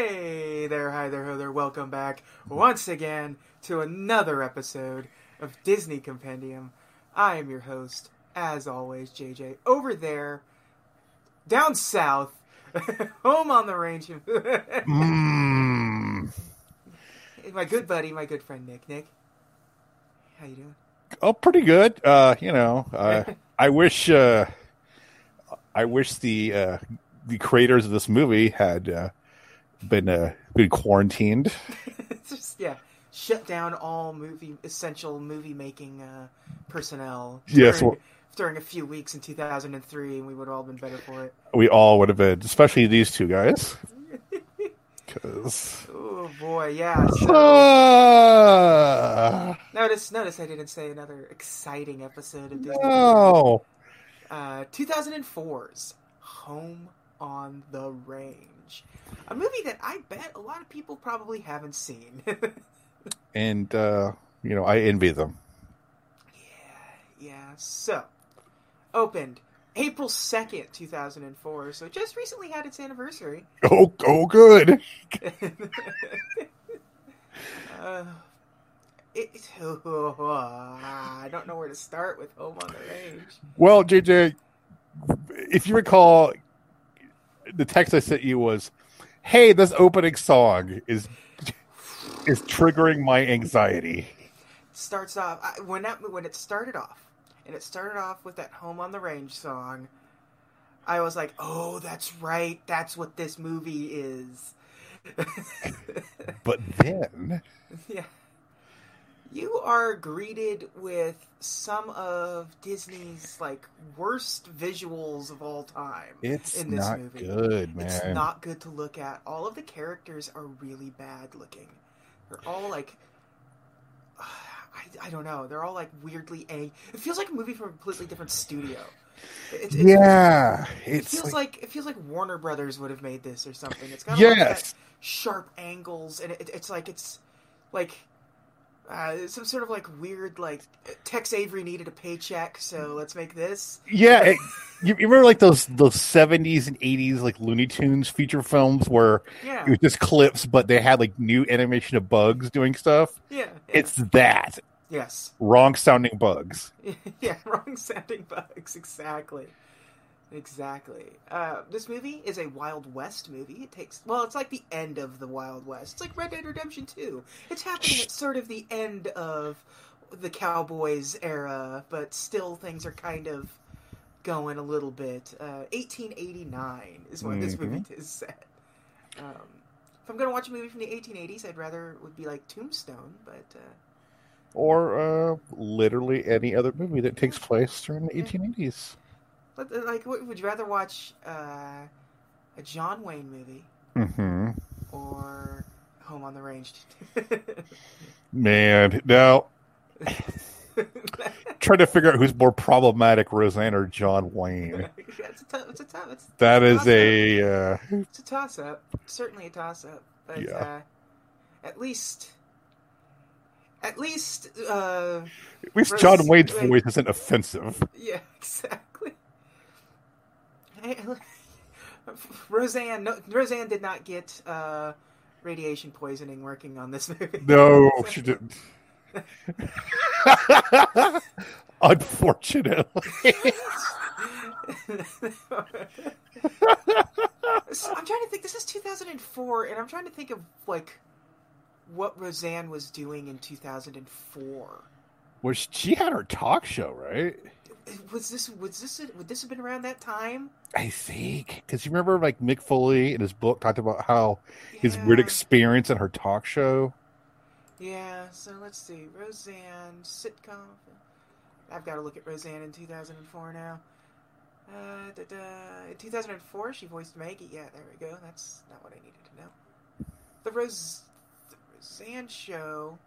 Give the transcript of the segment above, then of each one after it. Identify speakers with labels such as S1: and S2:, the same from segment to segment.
S1: Hey there, hi there, ho there. Welcome back once again to another episode of Disney Compendium. I am your host, as always, JJ. Over there, down south, home on the range,
S2: Mm.
S1: my good buddy, my good friend Nick. Nick, how you doing?
S2: Oh, pretty good. Uh, you know, uh, I wish uh, I wish the uh, the creators of this movie had uh, been uh, been quarantined.
S1: it's just yeah shut down all movie essential movie making uh, personnel
S2: Yes,
S1: during,
S2: well-
S1: during a few weeks in 2003 and we would all been better for it
S2: We all would have been, especially these two guys. Because
S1: oh boy yeah
S2: Oh.
S1: so
S2: no,
S1: notice notice i didn't say another exciting episode of disney
S2: oh,
S1: uh, 2004's home on the range a movie that i bet a lot of people probably haven't seen
S2: and uh, you know, I envy them.
S1: Yeah, yeah. So, opened April 2nd, 2004. So, just recently had its anniversary.
S2: Oh, oh, good.
S1: uh, it, I don't know where to start with Home on the Range.
S2: Well, JJ, if you recall, the text I sent you was, "Hey, this opening song is is triggering my anxiety."
S1: starts off I, when that when it started off, and it started off with that "Home on the Range" song. I was like, "Oh, that's right. That's what this movie is."
S2: But then,
S1: yeah. You are greeted with some of Disney's like worst visuals of all time.
S2: it's
S1: in this
S2: not
S1: movie.
S2: good, man.
S1: It's not good to look at. All of the characters are really bad looking. They're all like, I, I don't know. They're all like weirdly a. It feels like a movie from a completely different studio. It, it-
S2: yeah,
S1: It
S2: it's
S1: feels
S2: like,
S1: like, it feels like Warner Brothers would have made this or something. It's got like that
S2: yes,
S1: sharp angles, and it, it's like it's like uh, some sort of like weird like Tex Avery needed a paycheck, so let's make this.
S2: yeah. it- you, you remember like those those seventies and eighties like Looney Tunes feature films where
S1: Yeah,
S2: it was just clips, but they had like new animation of bugs doing stuff.
S1: yeah, yeah.
S2: It's that
S1: yes.
S2: wrong sounding bugs.
S1: yeah, wrong sounding bugs. Exactly. Exactly. Uh, this movie is a Wild West movie. It takes well, it's like the end of the Wild West. It's like Red Dead Redemption Two. It's happening at sort of the end of the Cowboys era, but still things are kind of going a little bit. Uh, 1889 is when this
S2: Mhm.
S1: movie is set. Um, if I'm gonna watch a movie from the 1880s, I'd rather it would be like Tombstone, but. Uh,
S2: or uh, literally any other movie that takes place during the
S1: Mm-hmm.
S2: 1880s.
S1: But, uh, Like, what- would you rather watch uh, a John Wayne movie
S2: Mm-hmm.
S1: or Home on the Range?
S2: Man, now
S1: it's
S2: trying to figure out who's more problematic, Roseanne or John Wayne.
S1: a tough. It's a tough. It's,
S2: That is a uh,
S1: it's a toss up. Certainly a toss up. But
S2: Yeah.
S1: uh, at least, at least, uh,
S2: at least John Wayne's
S1: Rose-
S2: voice isn't offensive.
S1: yeah, exactly. Hey, Roseanne, no, Roseanne did not get uh, radiation poisoning working on this movie.
S2: No, she didn't. Unfortunately,
S1: So I'm trying to think. This is 2004, and I'm trying to think of like what Roseanne was doing in 2004.
S2: which she had her talk show, right?
S1: Was this was this would this have been around that time?
S2: I think because you remember, like Mick Foley in his book talked about how his
S1: yeah.
S2: weird experience in her talk show.
S1: Yeah. So let's see. Roseanne sitcom. I've got to look at Roseanne in 2004 now. Uh, da, da. In 2004, she voiced Maggie. Yeah, there we go. That's not what I needed to know. The Rose, the Roseanne show.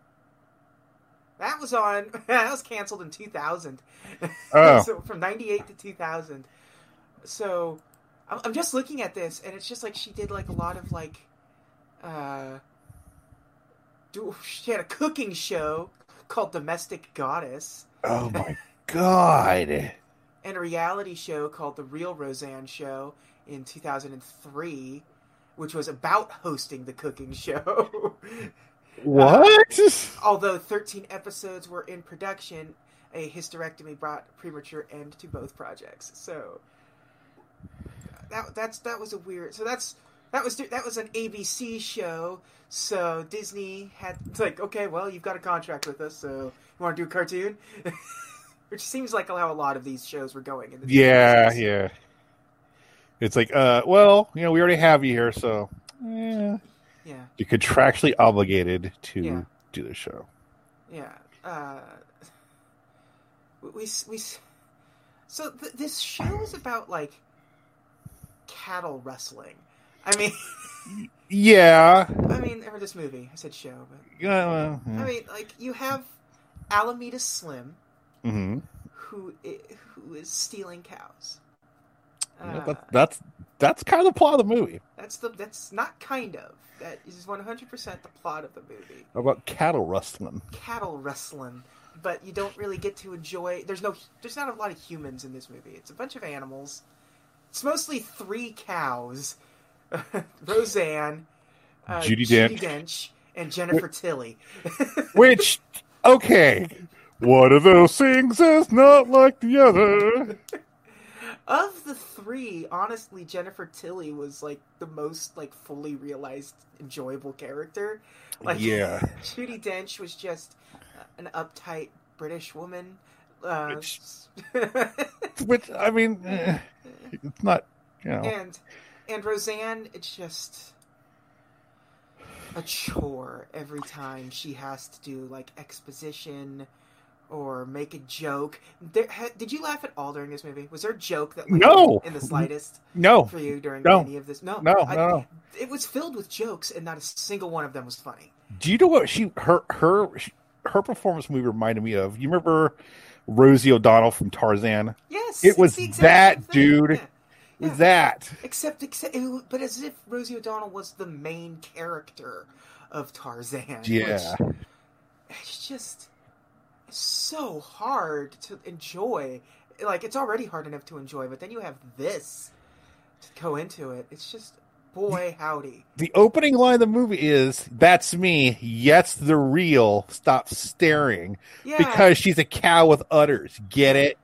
S1: That was on. that was canceled in 2000.
S2: Oh.
S1: so from 98 to 2000. So, I'm, I'm just looking at this, and it's just like she did like a lot of like, uh, do, she had a cooking show called Domestic Goddess.
S2: Oh my god.
S1: and a reality show called The Real Roseanne Show in 2003, which was about hosting the cooking show.
S2: What?
S1: Although 13 episodes were in production, a hysterectomy brought premature end to both projects. So that that's that was a weird. So that's that was that was an ABC show. So Disney had it's like, okay, well, you've got a contract with us, so you want to do a cartoon, which seems like how a lot of these shows were going. In the
S2: yeah,
S1: 2000s.
S2: yeah. It's like, uh, well, you know, we already have you here, so eh,
S1: yeah,
S2: you're contractually obligated to
S1: Yeah.
S2: do the show.
S1: yeah. Uh, we we s- so th- this show is about like cattle wrestling. I mean,
S2: Yeah.
S1: I mean, or this movie. I said show, but
S2: Uh,
S1: I mean, like you have Alameda Slim.
S2: mhm.
S1: who i- who is stealing cows.
S2: Yeah,
S1: Uh,
S2: that- that's that's kind of the plot of the movie
S1: that's the that's not kind of that is one hundred percent the plot of the movie.
S2: about cattle rustling.
S1: Cattle wrestling, but you don't really get to enjoy. There's no there's not a lot of humans in this movie. It's a bunch of animals. It's mostly three cows: Roseanne, uh,
S2: Judi Dench.
S1: Dench, and Jennifer Tilly.
S2: Which, okay, one of those things is not like the other.
S1: of the three, honestly, Jennifer Tilly was like the most like fully realized enjoyable character. Like,
S2: yeah,
S1: Judi Dench was just uh, an uptight British woman. Uh,
S2: Which- which I mean, eh, it's not you know.
S1: and and Roseanne, it's just a chore every time she has to do like exposition or make a joke. There, ha, did you laugh at all during this movie? Was there a joke that like,
S2: No.
S1: in the slightest
S2: No,
S1: for you during
S2: No.
S1: any of this? No,
S2: no, no,
S1: I-
S2: no.
S1: It was filled with jokes, and not a single one of them was funny.
S2: Do you know what she her her her performance movie reminded me of? You remember Rosie O'Donnell from Tarzan?
S1: Yes,
S2: It
S1: it's
S2: was
S1: the exact
S2: that
S1: same
S2: dude.
S1: Yeah. Yeah.
S2: That
S1: Except, except, it was- but as if Rosie O'Donnell was the main character of Tarzan.
S2: yeah,
S1: which- it's just so hard to enjoy. Like it's already hard enough to enjoy, but then you have this to go into it. It's just boy howdy.
S2: the opening line of the movie is "That's me, yes, the real." Stop staring
S1: Yeah,
S2: because she's a cow with udders. Get it?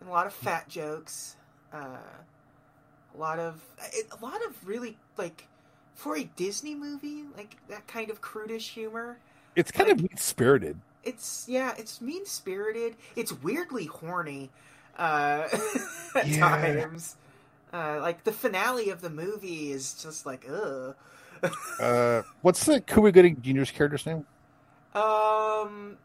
S1: and a lot of fat jokes. Uh, a lot of it- a lot of really like for a Disney movie, like that kind of crudish humor.
S2: It's kind of mean spirited.
S1: It's yeah, it's mean spirited. It's weirdly horny uh, at
S2: Yeah.
S1: times. Uh, like the finale of the movie is just like ugh.
S2: Uh, what's the Cuba Gooding Jr.'s character's name?
S1: Um,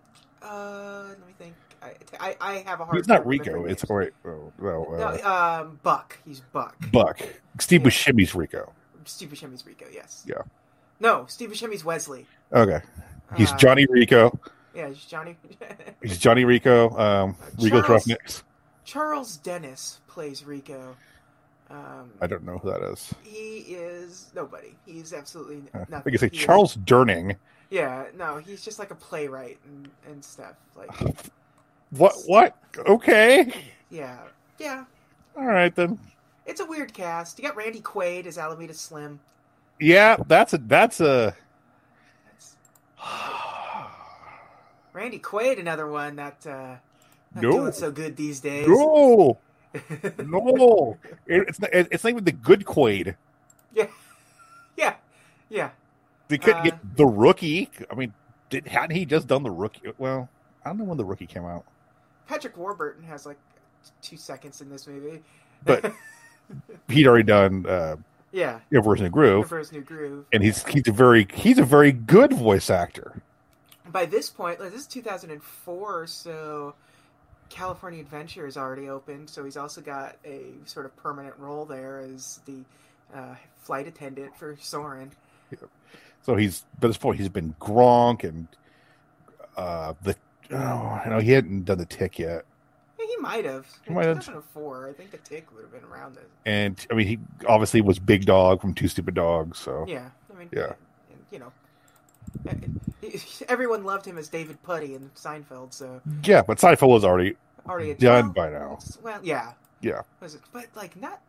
S1: uh, let me think. I I, I have a hard.
S2: It's not
S1: time remembering
S2: Rico. It's
S1: names.
S2: all right. Oh, no, uh,
S1: no, um, Buck. He's Buck.
S2: Buck. Steve
S1: Yeah.
S2: Buscemi's Rico.
S1: Steve Buscemi's Rico. Yes.
S2: Yeah.
S1: No, Steve Buscemi's Wesley.
S2: Okay, he's
S1: Uh,
S2: Johnny Rico.
S1: Yeah, he's Johnny.
S2: He's Johnny Rico. Um, Rico's
S1: Charles-
S2: Roughnecks.
S1: Charles Dennis plays Rico. Um,
S2: I don't know who that is.
S1: He is nobody. He's absolutely
S2: Uh,
S1: nothing.
S2: I think it's like
S1: He is-
S2: Charles Durning.
S1: Yeah, no, he's just like a playwright and, and stuff. Like,
S2: What? What? Okay.
S1: yeah, yeah.
S2: All right then.
S1: It's a weird cast. You got Randy Quaid as Alameda Slim.
S2: Yeah, that's a that's a.
S1: That's Randy Quaid, another one that uh, not
S2: No.
S1: doing so good these days.
S2: No, no, It- it's not, it- it's not even the good Quaid.
S1: yeah, yeah, yeah.
S2: They couldn't
S1: Uh,
S2: get the rookie. I mean, did hadn't he just done the rookie? Well, I don't know when the rookie came out,
S1: Patrick Warburton has like two seconds in this movie.
S2: but he'd already done uh,
S1: yeah,
S2: Universe and Groove,
S1: Universe New Groove.
S2: and he's he's a very he's a very good voice actor.
S1: by this point, like, this is 2004, so California Adventure is already open. So he's also got a sort of permanent role there as the uh, flight attendant for Soren.
S2: So he's by this point he's been Gronk and uh, the oh no he hadn't done the tick yet.
S1: Yeah, he might have.
S2: He might have.
S1: 2004, I think the tick would have been around then.
S2: and I mean he obviously was Big Dog from Two Stupid Dogs. So
S1: Yeah, I mean,
S2: Oh. Yeah.
S1: and, you know. eh, Everyone loved him as David Putty in Seinfeld, so
S2: yeah, but Seinfeld was already
S1: already a-
S2: done
S1: well,
S2: by now.
S1: Well, yeah,
S2: Yeah.
S1: Was it? But like not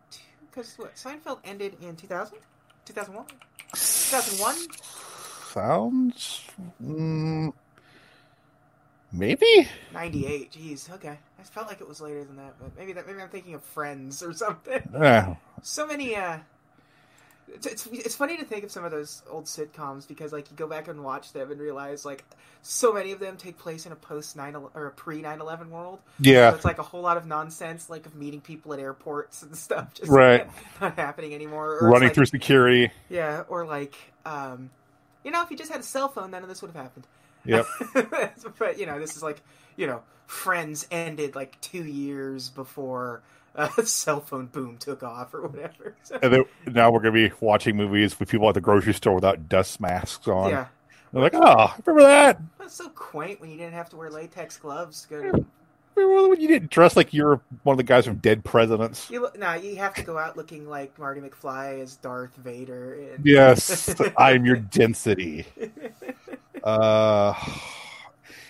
S1: because what Seinfeld ended in two thousand. 2001? 2001?
S2: Sounds. Mm, maybe?
S1: 98. Jeez, okay. I felt like it was later than that, but maybe that maybe I'm thinking of Friends or something.
S2: Uh,
S1: So many uh it's, it's, it's funny to think of some of those old sitcoms because like you go back and watch them and realize like so many of them take place in a post 9 or a pre 9/11 world. So
S2: yeah.
S1: it's like a whole lot of nonsense like of meeting people at airports and stuff just
S2: Right.
S1: not happening anymore or it's
S2: Running
S1: like-
S2: through security.
S1: Yeah, or like, um, you know, if you just had a cell phone, none of this would have happened.
S2: Yep.
S1: but you know, this is like, you know, Friends ended like two years before uh, cell phone boom took off or whatever. So,
S2: And then, now we're going to be watching movies with people at the grocery store without dust masks on.
S1: yeah,
S2: They're like, oh, I remember that?
S1: that's so quaint when you didn't have to wear latex gloves. to Go to,
S2: Remember when you didn't dress like you were one of the guys from Dead Presidents?
S1: you look, nah, you have to go out looking like Marty McFly as Darth Vader. And,
S2: Yes, I'm your density. Uh,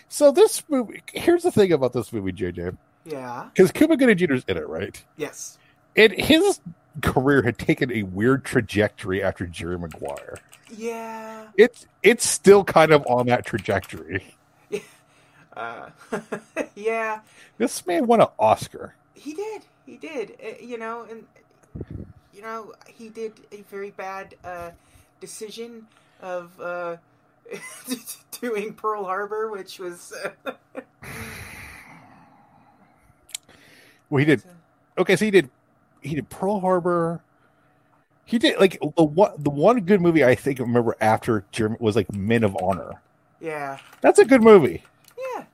S2: so this movie, here's the thing about this movie, JJ,
S1: yeah.
S2: because Cuba Gooding Jr.'s in it, right?
S1: Yes.
S2: And his career had taken a weird trajectory after Jerry Maguire.
S1: Yeah.
S2: It's it's still kind of on that trajectory.
S1: Uh, yeah.
S2: This man won an Oscar.
S1: He did. He did. Uh, you know, and you know, he did a very bad uh, decision of uh, doing Pearl Harbor, which was uh,
S2: Well, he did. Okay, so he did. He did Pearl Harbor. He did like the one the one good movie I think I remember after Jeremy was like Men of Honor.
S1: yeah,
S2: That's a good movie.
S1: yeah.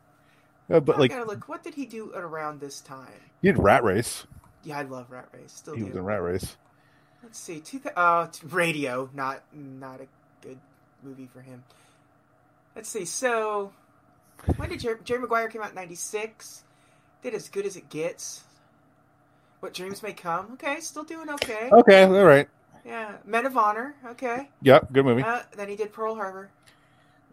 S2: Uh, but
S1: I
S2: like
S1: gotta look. What did he do at around this time?
S2: He did Rat Race.
S1: Yeah, I love Rat Race. Still
S2: He
S1: do.
S2: was in Rat Race.
S1: Let's see. Two th- uh, t- radio. Not not a good movie for him. Let's see. So when did Jer- Jerry Maguire came out? in Ninety six. Did as good as it gets. What dreams may come. Okay, still doing okay.
S2: Okay, all right.
S1: Yeah, Men of Honor. Okay.
S2: Yep, good movie.
S1: Uh, then he did Pearl Harbor,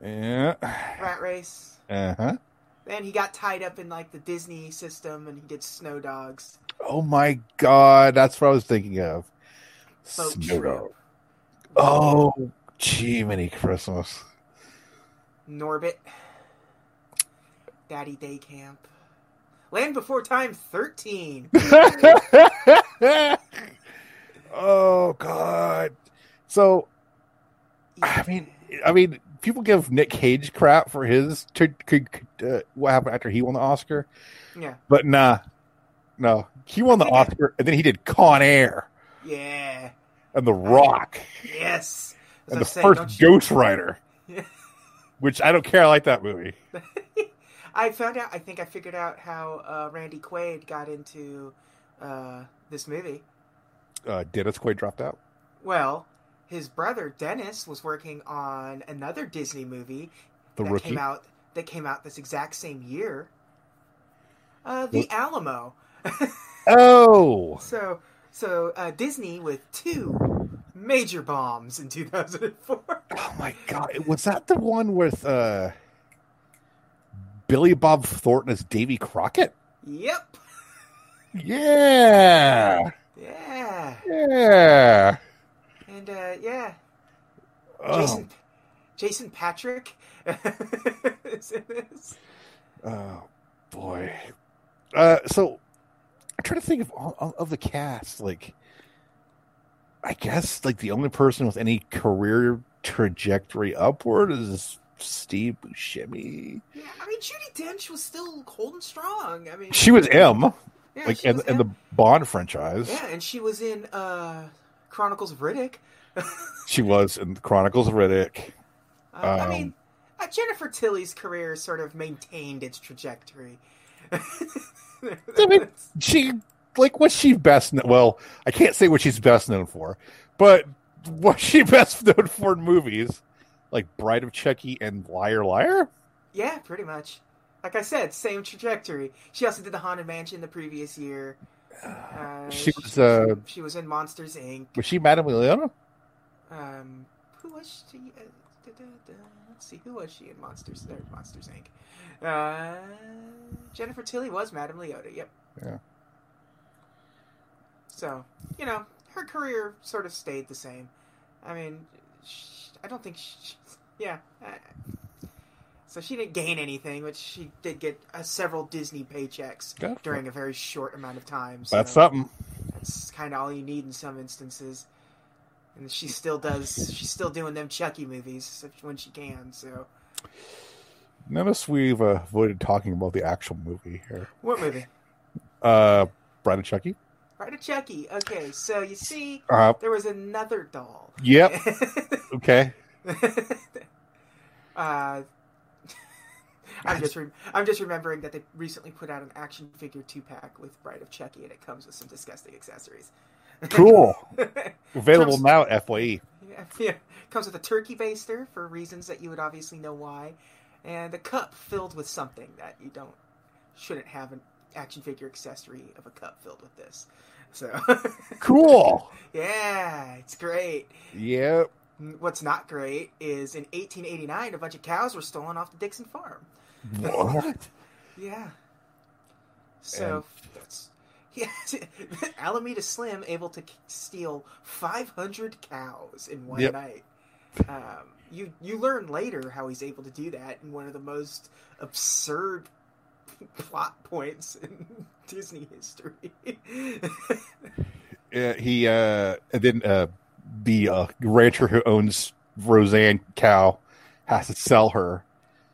S2: Yeah.
S1: Rat Race.
S2: Uh huh.
S1: Then he got tied up in like the Disney system, and he did Snow Dogs.
S2: Oh my God, that's what I was thinking of.
S1: Boat
S2: Snow
S1: Trip.
S2: Dog. Oh, gee, many Christmas.
S1: Norbit, Daddy Day Camp, Land Before Time 13.
S2: oh God. So I mean, I mean, people give Nick Cage crap for his t- t- uh, what happened after he won the Oscar,
S1: yeah,
S2: but nah, no, he won the Oscar, and then he did Con Air
S1: Oh, yeah,
S2: and The Rock.
S1: yes.
S2: and the
S1: That's what I'm
S2: first
S1: saying,
S2: Ghost Rider,
S1: Yeah.
S2: which I don't care. I like that movie.
S1: don't you- I found out. I think I figured out how uh, Randy Quaid got into uh, this movie.
S2: Uh, Dennis Quaid dropped out.
S1: Well, his brother Dennis was working on another Disney movie
S2: The
S1: that
S2: rookie.
S1: came out that came out this exact same year. Uh, the Alamo.
S2: Oh,
S1: So, so uh, Disney with two major bombs in 2004.
S2: oh my God! Was that the one with uh, Billy Bob Thornton as Davy Crockett?
S1: yep.
S2: Yeah,
S1: Yeah.
S2: yeah.
S1: And uh, yeah,
S2: Oh,
S1: Jason Jason Patrick is in this.
S2: oh boy. Uh, so I'm trying to think of all of the cast. Like, I guess like the only person with any career trajectory upward is Steve Buscemi.
S1: Yeah, I mean Judy Dench was still holding strong. I mean,
S2: She was M,
S1: yeah,
S2: like
S1: she
S2: in,
S1: was
S2: in
S1: in-
S2: the Bond franchise.
S1: yeah, and she was in uh, Chronicles of Riddick.
S2: She was in the Chronicles of Riddick.
S1: Uh,
S2: Um.
S1: I mean, uh, Jennifer Tilly's career sort of maintained its trajectory.
S2: mean- She like what's she best? kn- Well, I can't say what she's best known for, but what she best known for in movies like Bride of Chucky and Liar Liar.
S1: yeah, pretty much. Like I said, same trajectory. She also did the Haunted Mansion the previous year. Uh,
S2: She was, uh,
S1: she, she was in Monsters Inc.
S2: Was she Madame Leona?
S1: Um, who was she? Uh, da, da, da. Let's see, who was she in Monsters? Or Monsters Inc. Uh, Jennifer Tilly was Madame Leota. Yep.
S2: Yeah.
S1: So you know, her career sort of stayed the same. I mean, sh I don't think. sh yeah. Uh, so she didn't gain anything, but she did get uh, several Disney paychecks
S2: Good.
S1: during a very short amount of time. So
S2: That's something.
S1: That's kind of all you need in some instances. And she still does. She's still doing them Chucky movies if- when she can. So
S2: Notice we've uh, avoided talking about the actual movie here.
S1: what movie?
S2: Uh, Bride of Chucky.
S1: Right of Chucky. Okay, so you see,
S2: Uh,
S1: there was another doll.
S2: yep. Okay.
S1: uh, I'm just re- I'm just remembering that they recently put out an action figure two pack with Bride of Chucky, and it comes with some disgusting accessories.
S2: Cool.
S1: yeah,
S2: Available
S1: Comes-
S2: now E. at FYE.
S1: yeah. comes with a turkey baster for reasons that you would obviously know why, and a cup filled with something that you don't shouldn't have an action figure accessory of a cup filled with this. So
S2: Cool.
S1: yeah, it's great.
S2: Yep.
S1: What's not great is in 1889, a bunch of cows were stolen off the Dixon farm.
S2: What?
S1: Yeah. So, that's, yeah, Alameda Slim able to k- steal 500 cows in one
S2: Yep.
S1: night. Um, you you learn later how he's able to do that in one of the most absurd plot points in Disney history.
S2: Uh, he uh, and then uh, the uh, rancher who owns Roseanne Cow has to sell her.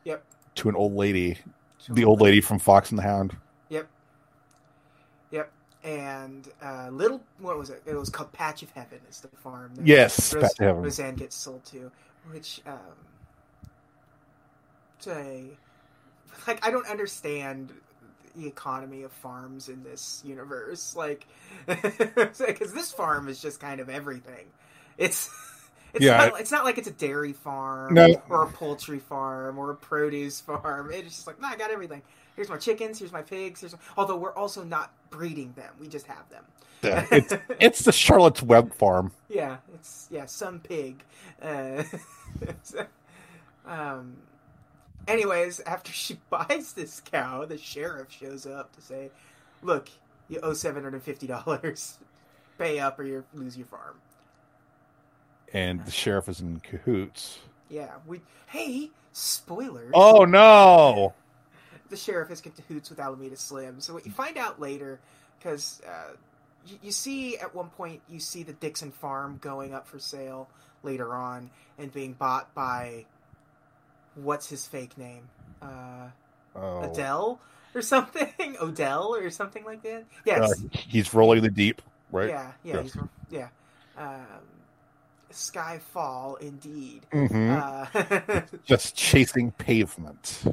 S1: Yep.
S2: To an old lady, the old lady from Fox and the Hound.
S1: and uh, little what was it? It was called Patch of Heaven. Is the farm? that
S2: Yes,
S1: Ros-
S2: back to heaven.
S1: Roseanne gets sold to, which um, say, like I don't understand the economy of farms in this universe. Like, because this farm is just kind of everything. It's. It's,
S2: Yeah.
S1: not, it's not like it's a dairy farm
S2: No.
S1: or a poultry farm or a produce farm. It's just like, nah, I got everything. Here's my chickens. Here's my pigs. Here's my... Although we're also not breeding them. We just have them.
S2: Yeah, it's it's the Charlotte's Web farm.
S1: Yeah, it's yeah, some pig. Uh, so, um. Anyways, after she buys this cow, the sheriff shows up to say, "Look, you owe seven hundred and fifty dollars. Pay up, or you lose your farm."
S2: and the sheriff is in cahoots.
S1: Yeah, we. Hey, spoilers.
S2: Oh no!
S1: the sheriff is in cahoots with Alameda Slim. So what you find out later, because uh, you, you see at one point you see the Dixon farm going up for sale later on and being bought by what's his fake name, uh,
S2: Oh,
S1: Adele or something, Odell or something like that.
S2: Uh,
S1: Yes,
S2: he's rolling the deep, right?
S1: yeah, yeah,
S2: Yeah.
S1: he's- yeah. Um, Skyfall, indeed.
S2: hmm
S1: Uh,
S2: Just chasing pavement.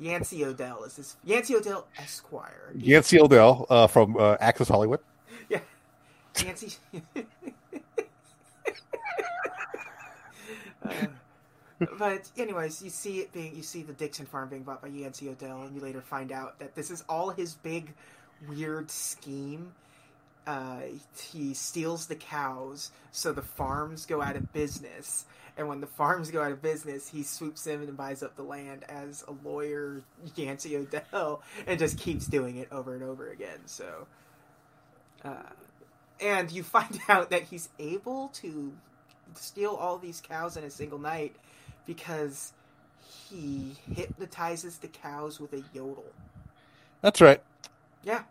S1: Yancey Odell is this Yancey Odell Esquire.
S2: Yancy Odell uh, from uh, Access Hollywood.
S1: Nancy. Uh, but anyways, you see it being you see the Dixon farm being bought by Yancey Odell, and you later find out that this is all his big weird scheme. Uh, he steals the cows, so the farms go out of business. And when the farms go out of business, he swoops in and buys up the land as a lawyer, Yancey Odell, and just keeps doing it over and over again. So, uh, and you find out that he's able to steal all these cows in a single night because he hypnotizes the cows with a yodel.
S2: That's right.
S1: Yeah.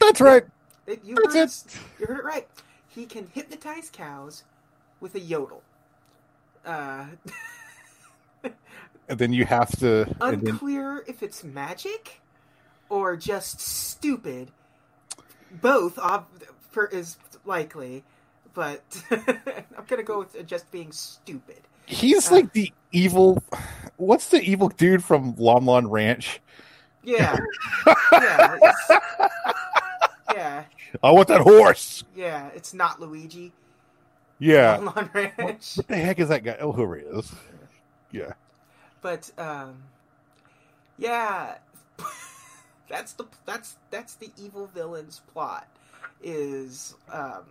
S2: That's right.
S1: It- you,
S2: That's
S1: heard
S2: it.
S1: it. you heard it right. He can hypnotize cows with a yodel. Uh,
S2: And then you have to. And then,
S1: unclear if it's magic or just stupid. Both ob- per- is likely, but I'm gonna go with just being stupid. uh,
S2: he's like the evil. What's the evil dude from Lon Lon Ranch?
S1: Yeah. yeah. it's- yeah.
S2: I want that horse.
S1: Yeah. It's not Luigi
S2: Yeah.
S1: on Lon Ranch.
S2: What the heck is that guy? Oh, whoever he is.
S1: But um yeah. that's the that's that's the evil villain's plot is um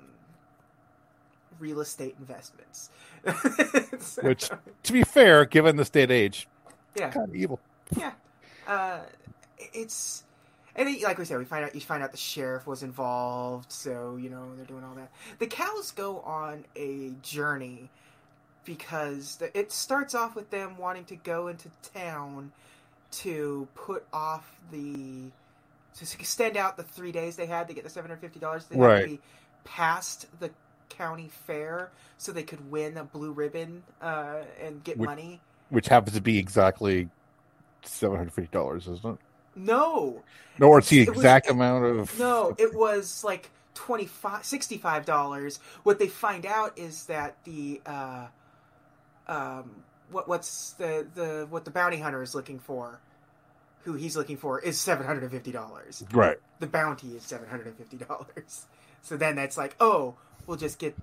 S1: real estate investments. So-
S2: Which- To be fair, given this day and age,
S1: yeah.
S2: kind of evil.
S1: Yeah. Uh, it's And then, like we said, we find out you find out the sheriff was involved, so you know they're doing all that. The cows go on a journey because the, it starts off with them wanting to go into town to put off the to extend out the three days they had to get the seven hundred fifty dollars. They had
S2: Right.
S1: to be past the county fair so they could win a blue ribbon uh, and get
S2: Which-
S1: money.
S2: which happens to be exactly seven hundred fifty dollars, isn't it?
S1: No,
S2: No, or it's the
S1: It was-
S2: exact amount of
S1: No, it was like 25 65 dollars. What they find out is that the uh um what what's the the what the bounty hunter is looking for who he's looking for is $750.
S2: right.
S1: The bounty is $750. So then that's like, "Oh, we'll just get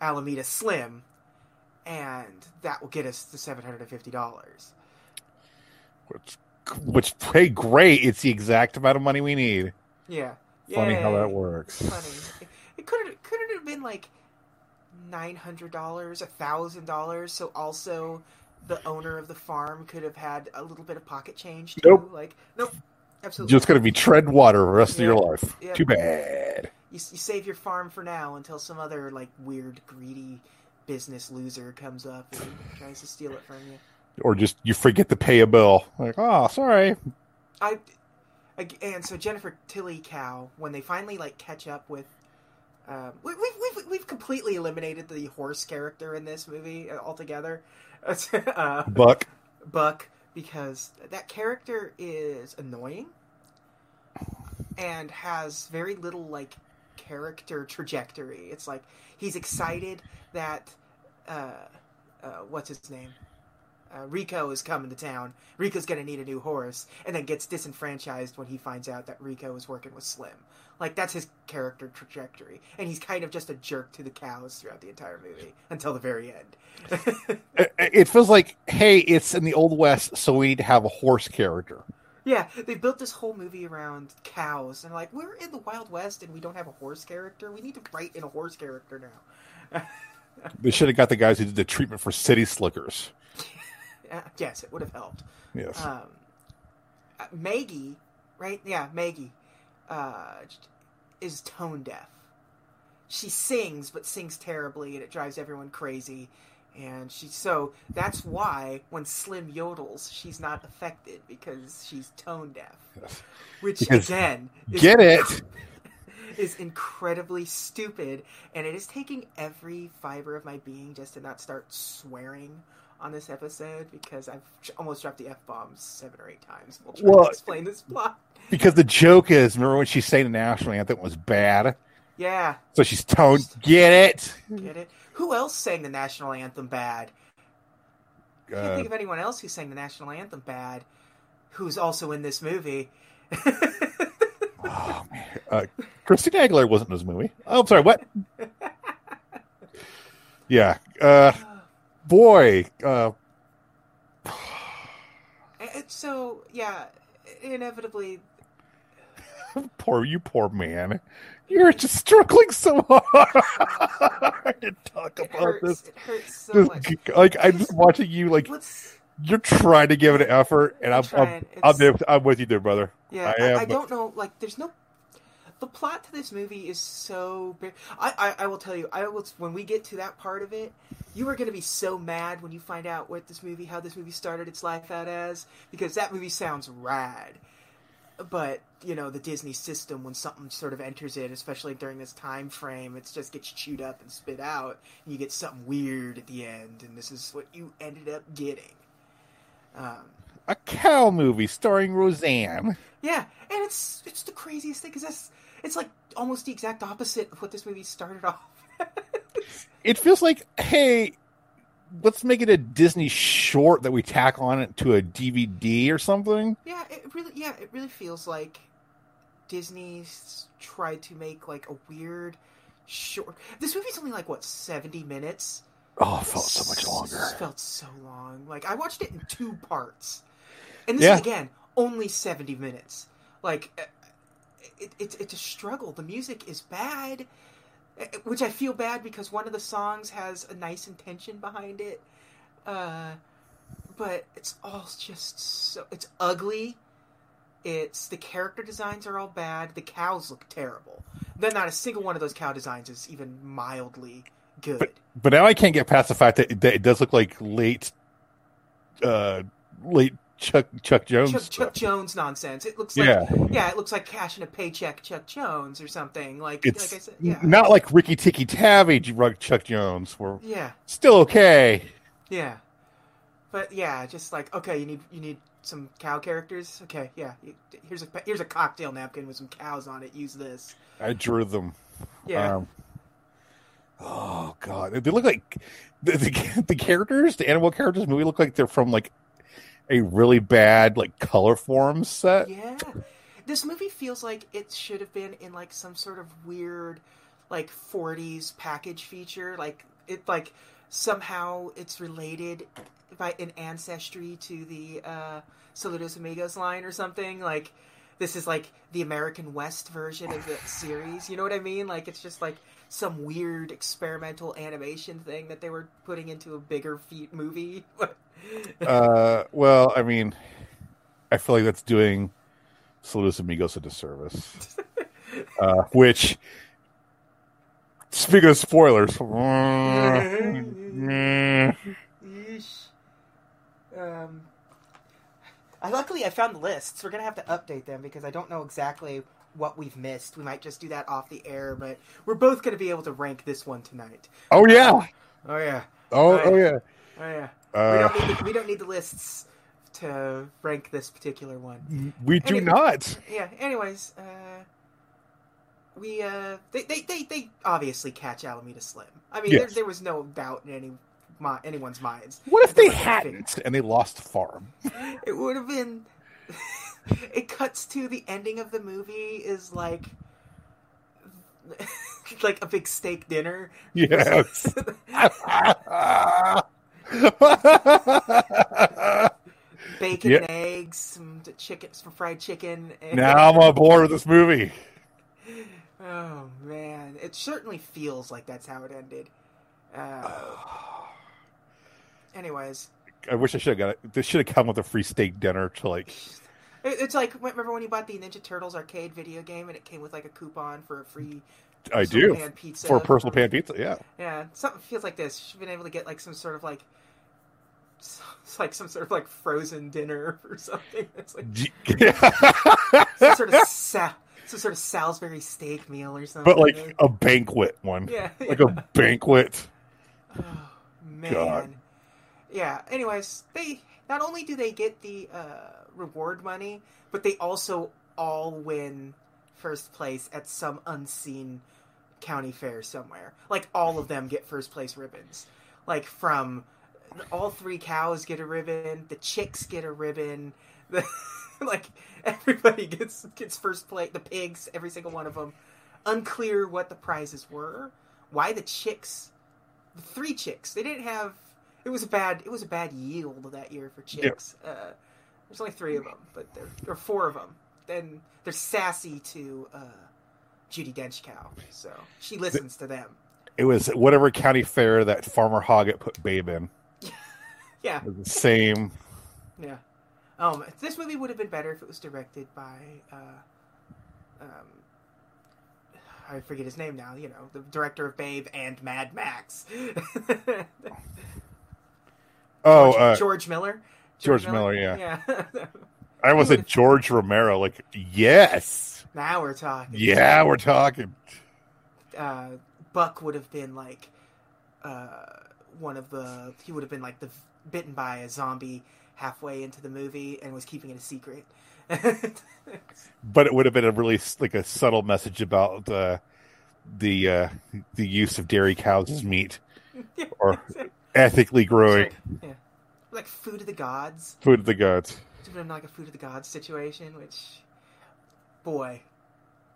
S1: Alameda Slim and that will get us the $750."
S2: Which, which hey, great! It's the exact amount of money we need.
S1: Yeah.
S2: Funny how that
S1: Yay.
S2: works.
S1: funny. It could have could it have been like nine hundred dollars, a thousand dollars. So also, the owner of the farm could have had a little bit of pocket change. Too.
S2: Nope.
S1: Like nope, absolutely.
S2: Just gonna be tread water the rest
S1: Yeah.
S2: of your life.
S1: Yeah.
S2: Too bad.
S1: You, you save your farm for now until some other like weird greedy business loser comes up and tries to steal it from you.
S2: Or just you forget to pay a bill. Like, oh, sorry.
S1: I, I and so Jennifer Tilly Cow when they finally like catch up with. Um, we, we've, we've, we've completely eliminated the horse character in this movie altogether. uh,
S2: Buck.
S1: Buck because that character is annoying and has very little like character trajectory. It's like he's excited that uh, uh, what's his name. Uh, Rico is coming to town. Rico's gonna need a new horse, and then gets disenfranchised when he finds out that Rico is working with Slim. Like that's his character trajectory, and he's kind of just a jerk to the cows throughout the entire movie until the very end.
S2: It- It feels like, hey, it's in the old west, so we need to have a horse character.
S1: Yeah, they built this whole movie around cows, and like we're in the Wild West, and we don't have a horse character. We need to write in a horse character now.
S2: They should have got the guys who did the treatment for city slickers.
S1: Uh, yes, it would have helped.
S2: Yes.
S1: Um, uh, Maggie, right? Yeah, Maggie uh, is tone deaf. She sings, but sings terribly, and it drives everyone crazy. And she, so that's why when Slim yodels, she's not affected because she's tone deaf.
S2: Yes.
S1: Which
S2: Because-
S1: again, is
S2: Get it?
S1: is incredibly stupid, and it is taking every fiber of my being just to not start swearing on this episode because I've j- almost dropped the f bomb seven or eight times. We'll try
S2: Well-
S1: to explain this plot.
S2: Because the joke is, remember when she sang the national anthem was bad?
S1: Yeah,
S2: So she's toned. Get it?
S1: get it. Who else sang the national anthem bad? Can't
S2: Uh,
S1: think of anyone else who sang the national anthem bad, who's also in this movie.
S2: oh, man. Uh, Christina Aguilera wasn't in this movie. Oh, I'm sorry. What? yeah. Uh, boy. Uh,
S1: And so yeah, inevitably
S2: poor you, poor man. You're just struggling so hard to talk
S1: it
S2: about
S1: hurts.
S2: this.
S1: It hurts so
S2: This-
S1: much.
S2: like I'm just watching you. Like
S1: What's
S2: you're trying to give it an effort, and I'm I'm,
S1: trying-
S2: I'm,
S1: it's-
S2: there, I'm with you there, brother.
S1: Yeah,
S2: I
S1: I,
S2: am,
S1: I
S2: but-
S1: don't know. Like, there's no. The plot to this movie is so big. I, I, I will tell you, I will. When we get to that part of it, you are going to be so mad when you find out what this movie, how this movie started its life out as, because that movie sounds rad. But you know, the Disney system, when something sort of enters it, especially during this time frame, it just gets chewed up and spit out, and you get something weird at the end, and this is what you ended up getting. Um,
S2: A cow movie starring Roseanne.
S1: yeah, and it's it's the craziest thing because that's it's like almost the exact opposite of what this movie started off.
S2: It feels like, hey, let's make it a Disney short that we tack on it to a DVD or something.
S1: yeah, it really yeah it really feels like Disney's tried to make like a weird short. This movie's only like what seventy minutes.
S2: Oh, it felt so much
S1: S-
S2: longer.
S1: Felt so long. Like I watched it in two parts, and this
S2: Yeah.
S1: is again only seventy minutes. Like uh, it, it, it's a struggle. The music is bad, uh, which I feel bad because one of the songs has a nice intention behind it, uh, but it's all just so it's ugly. It's the character designs are all bad. The cows look terrible. Then not a single one of those cow designs is even mildly good.
S2: But now I can't get past the fact that it, that it does look like late, uh, late Chuck Chuck Jones.
S1: Chuck,
S2: stuff.
S1: Chuck Jones nonsense. It looks like yeah.
S2: yeah,
S1: it looks like cash in a paycheck, Chuck Jones or something. Like
S2: It's
S1: like I said, yeah,
S2: not like Ricky Tikki Tavi rug Chuck Jones. We're
S1: yeah.
S2: still okay.
S1: Yeah, but yeah, just like okay, you need you need some cow characters. Okay, yeah, you- here's a here's a cocktail napkin with some cows on it. Use this.
S2: I drew them.
S1: Yeah,
S2: Um, oh god, they look like the, the the characters, the animal characters. in the Movie look like they're from like a really bad like color form set.
S1: yeah. This movie feels like it should have been in like some sort of weird, like '40s package feature. Like it like somehow it's related by an ancestry to the uh, Saludos Amigos line or something. Like this is like the American West version of the series. You know what I mean? Like it's just like some weird experimental animation thing that they were putting into a bigger feat movie.
S2: Uh, well, I mean, I feel like that's doing Saludos Amigos a disservice. uh, which, speaking of spoilers, oh,
S1: Yeesh. Um, I, luckily, I found the lists. We're gonna have to update them because I don't know exactly what we've missed. We might just do that off the air, but we're both gonna be able to rank this one tonight.
S2: oh yeah,
S1: Oh yeah,
S2: oh oh yeah.
S1: oh yeah. we
S2: Uh,
S1: don't need the, we don't need the lists to rank this particular one.
S2: we do
S1: Anyway.
S2: not.
S1: Yeah. Anyways, uh, we uh, they, they they they obviously catch Alameda Slim. I mean, there,
S2: Yes.
S1: there was no doubt in any mi- anyone's minds.
S2: What if
S1: That
S2: they
S1: was
S2: hadn't and they lost farm?
S1: it would have been it cuts to the ending of the movie is like like a big steak dinner
S2: Yes.
S1: bacon
S2: Yeah.
S1: and eggs some t- chicken some fried chicken and
S2: now I'm on board with this movie.
S1: oh man it certainly feels like that's how it ended uh,
S2: I
S1: anyways
S2: wish I should have got it. This should have come with a free steak dinner to like.
S1: It- it's like remember when you bought the ninja turtles arcade video game and it came with like a coupon for a free
S2: I
S1: personal
S2: do
S1: pan pizza
S2: for personal pan pizza. Yeah,
S1: Yeah, something feels like this. She's been able to get like some sort of like, s- it's like some sort of like frozen dinner or something. It's like
S2: G-
S1: some sort of sa- some sort of Salisbury steak meal or something.
S2: but like a banquet one,
S1: yeah,
S2: like a banquet.
S1: Oh, man. Yeah. Anyways, they not only do they get the uh, reward money, but they also all win first place at some unseen county fair somewhere. Like all of them get first place ribbons. Like from all three cows get a ribbon, the chicks get a ribbon. The, like everybody gets gets first place. The pigs, every single one of them. Unclear what the prizes were. Why the chicks the three chicks. They didn't have. It was a bad. It was a bad yield that year for chicks. Uh, there's only three of them, but there or four of them. Then they're sassy to uh, Judy Dench cow, so she listens to them.
S2: It was whatever county fair that Farmer Hoggett put Babe in.
S1: Yeah,
S2: It was the same.
S1: yeah. Um, this movie would have been better if it was directed by, uh, um, I forget his name now. You know, the director of Babe and Mad Max.
S2: Oh,
S1: George,
S2: uh,
S1: George Miller.
S2: George Miller,
S1: Yeah.
S2: I almost said George Romero. Like, yes,
S1: now we're talking.
S2: yeah, we're talking.
S1: uh, Buck would have been like uh, one of the he would have been like the bitten by a zombie halfway into the movie and was keeping it a secret.
S2: but it would have been a really like a subtle message about the the uh, the use of dairy cows as meat or ethically growing
S1: yeah. Like food of the gods,
S2: food of the gods.
S1: It's been like a food of the gods situation. Which, boy,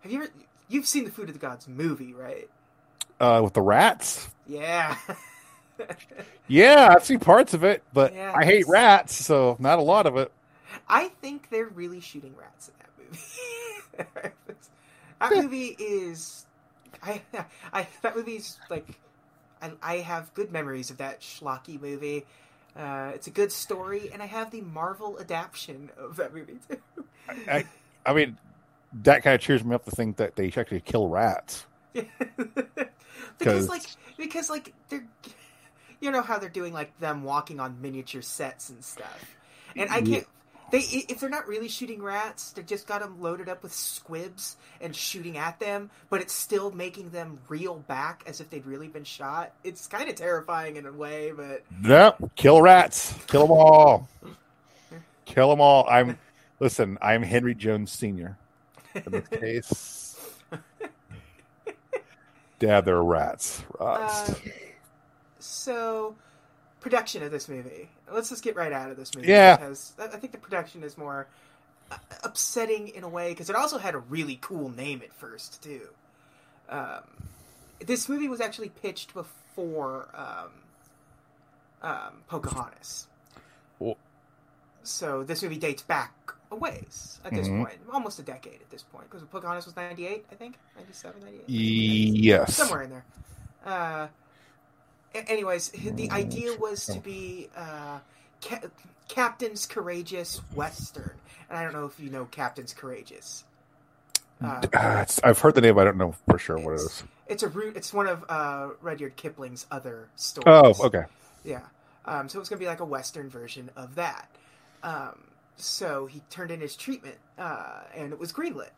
S1: have you ever? You've seen the food of the gods movie, right?
S2: Uh, with the rats,
S1: Yeah.
S2: yeah, I've seen parts of it, but
S1: Yeah.
S2: I hate rats, so not a lot of it.
S1: I think they're really shooting rats in that movie. that movie is, I, I that movie's like, I, I have good memories of that schlocky movie. Uh, it's a good story, and I have the Marvel adaptation of that movie too.
S2: I, I mean, that kind of cheers me up to think that they actually kill rats.
S1: because like because like they're you know how they're doing like them walking on miniature sets and stuff, and I can't. They if they're not really shooting rats, they've just got them loaded up with squibs and shooting at them, but it's still making them reel back as if they'd really been shot. It's kind of terrifying in a way, but
S2: Nope. Kill rats. Kill them all. Kill them all. I'm. Listen, I'm Henry Jones Senior. In this case, yeah, they're rats. Rats.
S1: Uh, so production of this movie. Let's just get right out of this movie.
S2: Yeah.
S1: Because I I think the production is more uh, upsetting in a way because it also had a really cool name at first too. Um, this movie was actually pitched before um, um, Pocahontas.
S2: Well-
S1: So this movie dates back a ways at this
S2: Mhm.
S1: point, almost a decade at this point, because Pocahontas was 98, I think, 97, 98
S2: yes.
S1: somewhere in there. Uh, a- anyways, h- the idea was to be uh, ca- Captain's Courageous Western, and I don't know if you know Captain's Courageous. Uh,
S2: Uh, it's- I've heard the name. but I don't know for sure what it is.
S1: it's a root. It's one of uh, Rudyard Kipling's other stories.
S2: Oh, okay.
S1: Yeah. Um, so it was going to be like a Western version of that. Um, so he turned in his treatment, uh, and it was greenlit.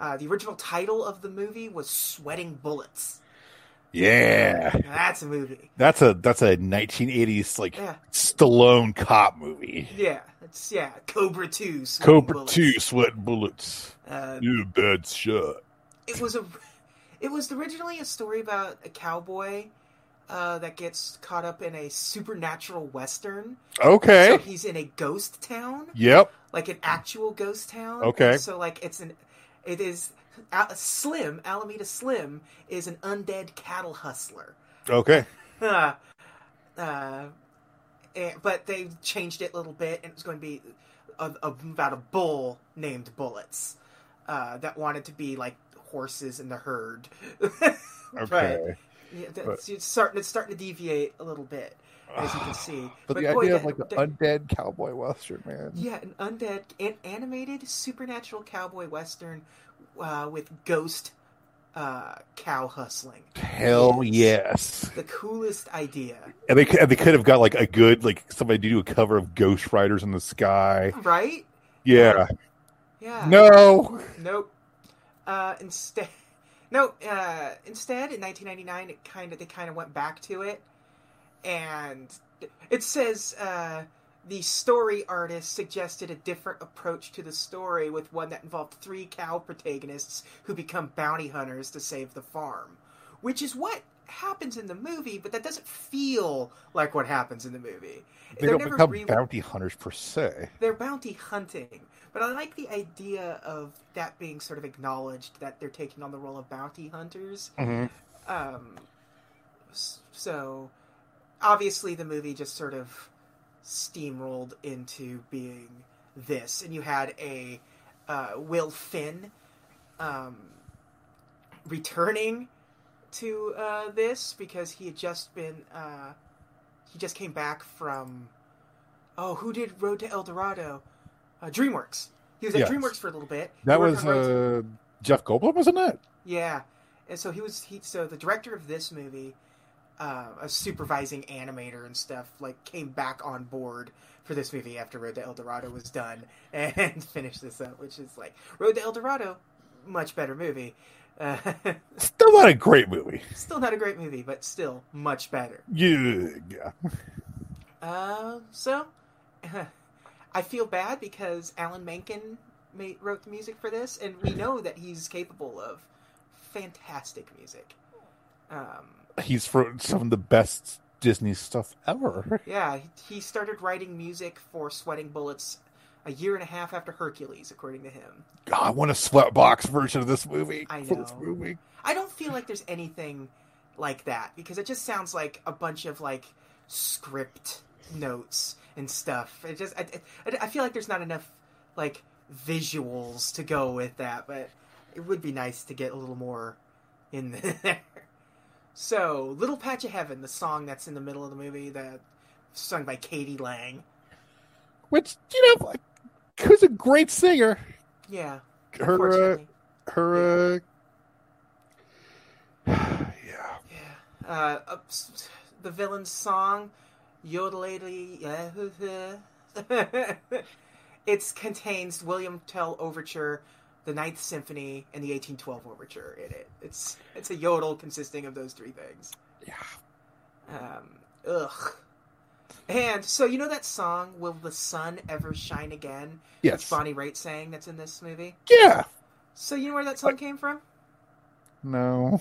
S1: Uh, the original title of the movie was "Sweating Bullets."
S2: Yeah,
S1: Now that's a movie.
S2: that's a that's a 1980s like
S1: Yeah.
S2: Stallone cop movie.
S1: Yeah, it's yeah, Cobra Two. Sweating
S2: Cobra
S1: Bullets.
S2: Two, sweat bullets.
S1: Uh,
S2: You bad shot.
S1: it was a, it was originally a story about a cowboy uh, that gets caught up in a supernatural western. So
S2: Okay.
S1: he's in a ghost town,
S2: Yep.
S1: like an actual ghost town.
S2: Okay.
S1: So like it's an, it is, Al- Slim Alameda Slim is an undead cattle hustler.
S2: Okay.
S1: uh, uh, and- but they changed it a little bit, and it was going to be a, a, about a bull named Bullets uh, that wanted to be like horses in the herd.
S2: Okay.
S1: Yeah, that's, it's starting. It's starting to deviate a little bit, as you can see.
S2: But, the
S1: boy,
S2: idea of
S1: that-
S2: like
S1: that-
S2: an undead cowboy western, man.
S1: yeah, an undead, an animated supernatural cowboy western uh, with ghost uh, cow hustling.
S2: Hell yes.
S1: The coolest idea,
S2: And they could- and they could have got like a good like somebody to do a cover of Ghost Riders in the Sky.
S1: right?
S2: Yeah.
S1: Yeah.
S2: No.
S1: Nope. Uh, instead, no. Uh, instead, in 1999, it kind of they kind of went back to it, and it says uh, the story artist suggested a different approach to the story with one that involved three cow protagonists who become bounty hunters to save the farm, which is what happens in the movie, but that doesn't feel like what happens in the movie.
S2: They
S1: They're
S2: don't
S1: never
S2: become
S1: really-
S2: bounty hunters per se.
S1: they're bounty hunting, but I like the idea of that being sort of acknowledged that they're taking on the role of bounty hunters.
S2: Mm-hmm.
S1: Um, s- so obviously, the movie just sort of steamrolled into being this, and you had a uh, Will Finn um, returning to uh, this because he had just been uh, he just came back from oh who did Road to El Dorado uh, DreamWorks he was at
S2: Yes.
S1: DreamWorks for a little bit He
S2: That
S1: worked
S2: was
S1: on Road to-
S2: uh, Jeff Goldblum, wasn't it?
S1: yeah, and so he was he so the director of this movie, uh, a supervising animator and stuff, like came back on board for this movie after Road to El Dorado was done and finished this up, which is like Road to El Dorado, much better movie. Uh,
S2: Still not a great movie.
S1: still not a great movie, but still much better.
S2: Yeah. yeah.
S1: Uh, so I feel bad because Alan Menken made, wrote the music for this, and we know that he's capable of fantastic music. Um,
S2: He's from some of the best Disney stuff ever.
S1: Yeah, he- he started writing music for Sweating Bullets a year and a half after Hercules, according to him.
S2: God, I want a sweatbox version of this movie.
S1: I
S2: For this
S1: know.
S2: movie.
S1: I don't feel like there's anything like that because it just sounds like a bunch of like script notes and stuff. It just I, I, I feel like there's not enough like visuals to go with that, but it would be nice to get a little more in there. So, Little Patch of Heaven, the song that's in the middle of the movie, the sung by Katie Lang.
S2: which you know, who's a great singer.
S1: Yeah,
S2: Her, uh,
S1: unfortunately.
S2: her, uh, yeah,
S1: Yeah. Uh, up- s- s- the villain's song, Yodelady. it contains William Tell Overture, the Ninth Symphony, and the 1812 Overture in it. It's it's a yodel consisting of those three things.
S2: yeah.
S1: Um, ugh. And so you know that song, "Will the Sun Ever Shine Again?"
S2: Yes.
S1: That's Bonnie Raitt saying that's in this movie.
S2: Yeah.
S1: So you know where that song came from?
S2: No.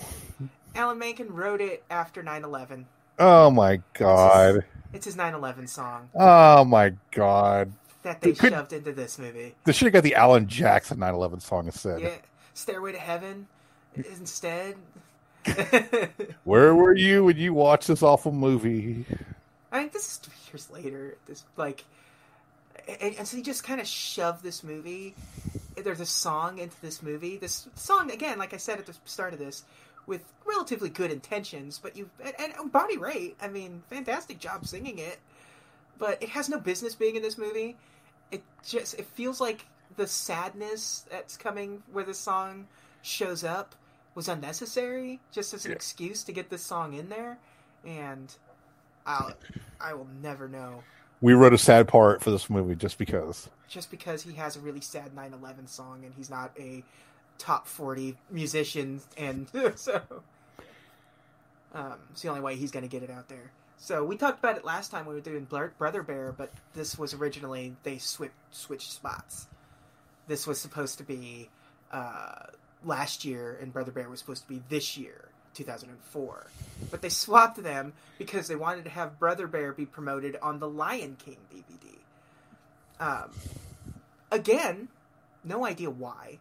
S1: Alan Menken wrote it after 9/11.
S2: Oh my god.
S1: It's his 9/11 song.
S2: Oh my god.
S1: that they
S2: It could-
S1: shoved into this movie.
S2: They should have got the Alan Jackson 9/11 song instead.
S1: Yeah, Stairway to Heaven instead.
S2: Where were you when you watched this awful movie?
S1: I think this is three years later. This like, and, and so you just kind of shove this movie. There's a song into this movie. This song again, like I said at the start of this, with relatively good intentions, but you and, and Bonnie Raitt. I mean, fantastic job singing it, but it has no business being in this movie. It just it feels like the sadness that's coming where this song shows up was unnecessary, just as an
S2: Yeah.
S1: excuse to get this song in there, and. I'll, I will never know.
S2: We wrote a sad part for this movie just because.
S1: Just because he has a really sad 9/11 song and he's not a top 40 musician, and so um, it's the only way he's going to get it out there. So we talked about it last time we were doing Blur- Brother Bear, but this was originally they swi- switched spots. This was supposed to be uh, last year, and Brother Bear was supposed to be this year, 2004. But they swapped them because they wanted to have Brother Bear be promoted on the Lion King DVD. Um, again, no idea why.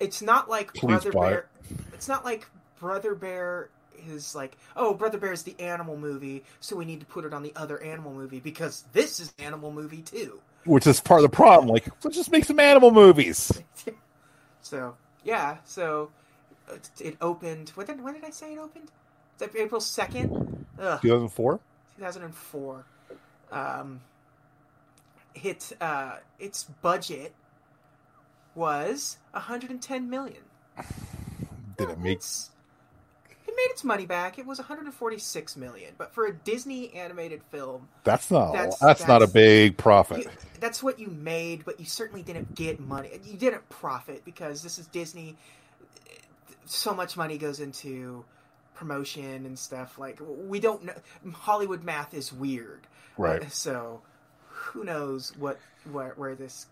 S1: It's not like
S2: Please
S1: Brother
S2: buy it.
S1: Bear. It's not like Brother Bear is like, oh, Brother Bear is the animal movie, so we need to put it on the other animal movie because this is an animal movie too.
S2: Which is part of the problem. Like, let's just make some animal movies.
S1: So yeah, so it, it opened. What did when did I say it opened? Is that April second? Ugh.
S2: 2004?
S1: 2004 um, hit uh, its budget was 110 million
S2: Did it make
S1: It's- it made its money back it was 146 million but for a disney animated film
S2: That's not
S1: That's-
S2: that's, not a
S1: that's-
S2: big profit.
S1: you- that's what you made but you certainly didn't get money you didn't profit because this is disney so much money goes into promotion and stuff like we don't know hollywood math is weird uh,
S2: right.
S1: So, who knows what where, where this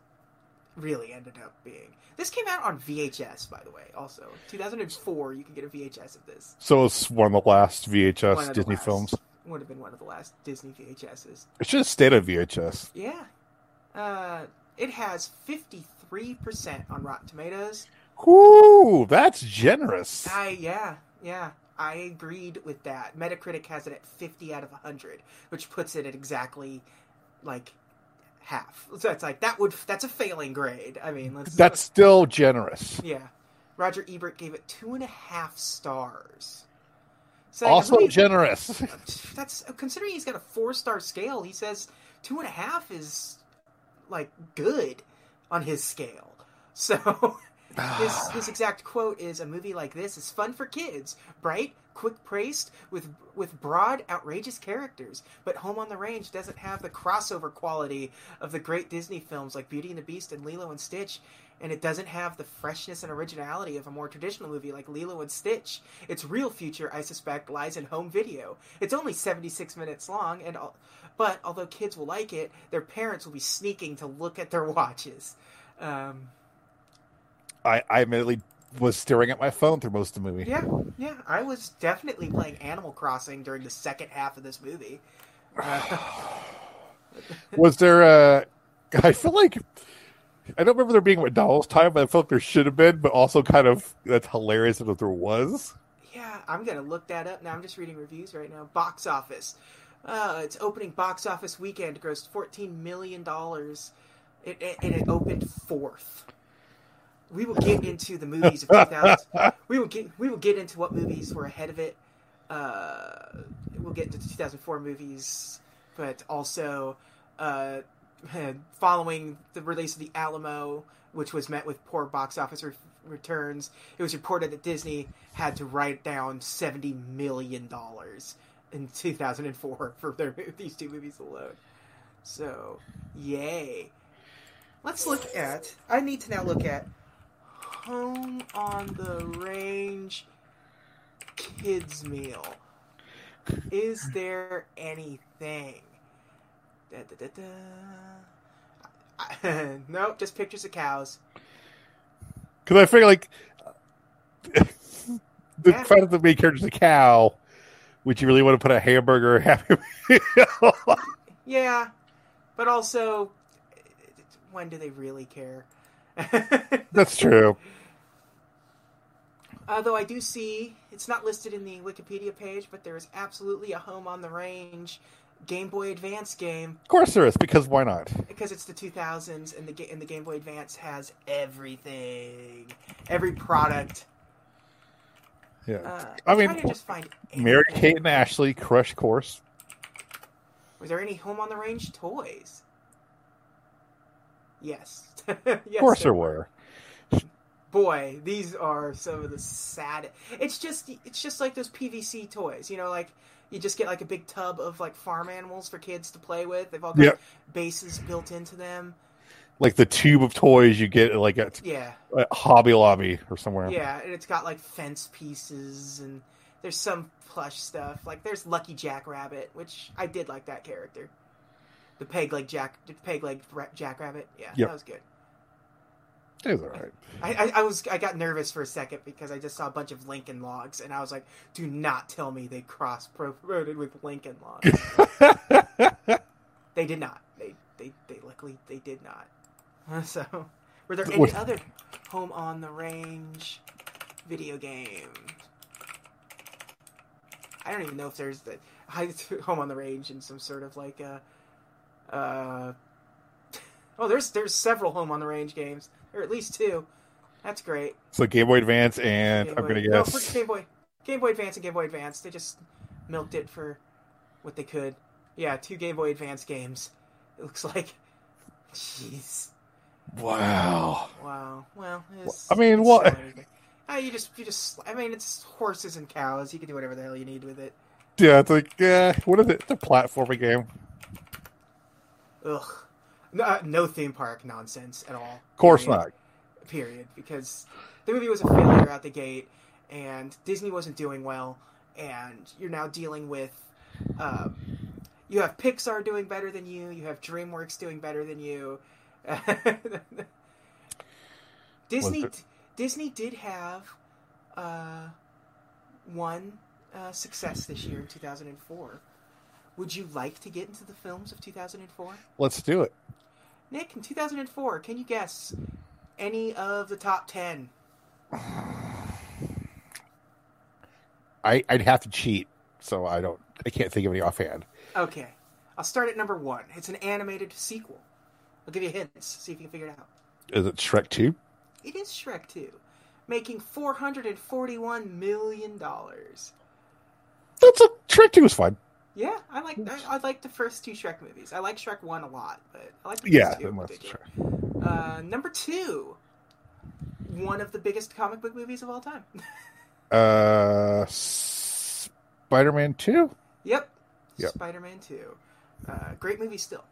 S1: really ended up being? This came out on VHS, by the way. Also, 2004, you can get a VHS of this.
S2: So it's one of the last VHS
S1: One of the
S2: Disney
S1: last-
S2: films.
S1: would have been one of the last Disney VHSs.
S2: It should have stayed on VHS.
S1: Yeah, uh, it has 53 percent on Rotten Tomatoes.
S2: Whoo, that's generous.
S1: I yeah yeah. I agreed with that. Metacritic has it at 50 out of 100, which puts it at exactly like half. So it's like that would that's a failing grade. I mean, let's
S2: That's still generous.
S1: Yeah. Roger Ebert gave it two and a half stars. So
S2: Also
S1: who-
S2: generous.
S1: that's considering he's got a four star scale. He says two and a half is like good on his scale. So his, his exact quote is: "A movie like this is fun for kids, bright, quick praised, with with broad, outrageous characters. But Home on the Range doesn't have the crossover quality of the great Disney films like Beauty and the Beast and Lilo and Stitch." And it doesn't have the freshness and originality of a more traditional movie like Lilo and Stitch. Its real future, I suspect, lies in home video. It's only 76 minutes long, and all, but although kids will like it, their parents will be sneaking to look at their watches. Um,
S2: I, I admittedly was staring at my phone through most of the movie.
S1: yeah, yeah, I was definitely playing Animal Crossing during the second half of this movie. Uh,
S2: Was there uh I feel like I don't remember there being McDonald's time, but I felt like there should have been, but also kind of that's hilarious that there was.
S1: yeah, I'm gonna look that up now. I'm just reading reviews right now. Box office. Uh, its opening box office weekend grossed 14 million dollars. It, it, and it opened fourth. We will get into the movies of 2000. we will get we will get into what movies were ahead of it. Uh, we'll get into 2004 movies but also uh, following the release of the Alamo, which was met with poor box office re- returns, it was reported that Disney had to write down seventy million dollars in 2004 for their these two movies alone. So, yay! Let's look at. I need to now look at Home on the Range Kids Meal. Is there anything? Da, da, da, I, nope, just pictures of cows.
S2: Because I figure like the fact that the main character's a cow, would you really want to put a hamburger or happy meal?
S1: yeah, but also, when do they really care?
S2: That's true.
S1: Although I do see it's not listed in the Wikipedia page, but there is absolutely a Home on the Range Game Boy Advance game.
S2: Of course there is, because why not?
S1: Because it's the 2000s, and the and the Game Boy Advance has everything, every product.
S2: Yeah, uh, I mean,
S1: just find
S2: Mary Kate and Ashley Crush Course.
S1: Was there any Home on the Range toys? Yes,
S2: yes of course there, there were. were.
S1: Boy, these are some of the sad. It's just, it's just like those PVC toys, you know, like you just get like a big tub of like farm animals for kids to play with. They've all got
S2: Yep.
S1: bases built into them.
S2: Like the tube of toys you get at like at
S1: Yeah,
S2: at Hobby Lobby or somewhere.
S1: yeah, and it's got like fence pieces and there's some plush stuff. Like there's Lucky Jack Rabbit, which I did like that character. The peg leg Jack, the peg leg Jack Rabbit. Yeah,
S2: Yep.
S1: that was good.
S2: It was all right.
S1: I, I, I was I got nervous for a second because I just saw a bunch of Lincoln logs and I was like, "Do not tell me they cross promoted with Lincoln logs." they did not. They they they luckily they did not. So, were there any
S2: What-
S1: other home on the range video game? I don't even know if there's the I home on the range in some sort of like a. Uh, oh, there's there's several home on the range games, or at least two. That's great.
S2: so Game Boy Advance, and
S1: Game
S2: I'm
S1: Boy-
S2: gonna
S1: no, for
S2: guess
S1: Game Boy, Game Boy Advance and Game Boy Advance. They just milked it for what they could. Yeah, two Game Boy Advance games. It looks like, jeez,
S2: wow.
S1: wow. Well, it's,
S2: I mean,
S1: it's
S2: what-
S1: still anything. Ah, you just, you just. I mean, it's horses and cows. You can do whatever the hell you need with it.
S2: Yeah, it's like yeah. What is it? The platforming game.
S1: Ugh, no, uh, no theme park nonsense at all.
S2: Of course
S1: Period.
S2: not.
S1: period because the movie was a failure out the gate and disney wasn't doing well and you're now dealing with um, you have pixar doing better than you you have dreamworks doing better than you disney
S2: Was
S1: disney did have uh, one uh, success this year in 2004 would you like to get into the films of 2004
S2: Let's do it.
S1: Nick, in 2004, can you guess any of the top 10?
S2: I I'd have to cheat, so I don't. I can't think of any offhand.
S1: Okay. I'll start at number one. It's an animated sequel. I'll give you hints, see if you can figure it out.
S2: Is it Shrek Two?
S1: It is Shrek 2, making $441 million.
S2: That's a Shrek Two was fun.
S1: Yeah, I like I, I like the first two Shrek movies. I like Shrek 1 a lot, but I like the first
S2: Yeah,
S1: two.
S2: it
S1: in
S2: must be
S1: particular. Uh, number two, one of the biggest comic book movies of all time.
S2: Uh, Spider Man Two,
S1: yep.
S2: Yep.
S1: Spider-Man 2. Uh, great movie still.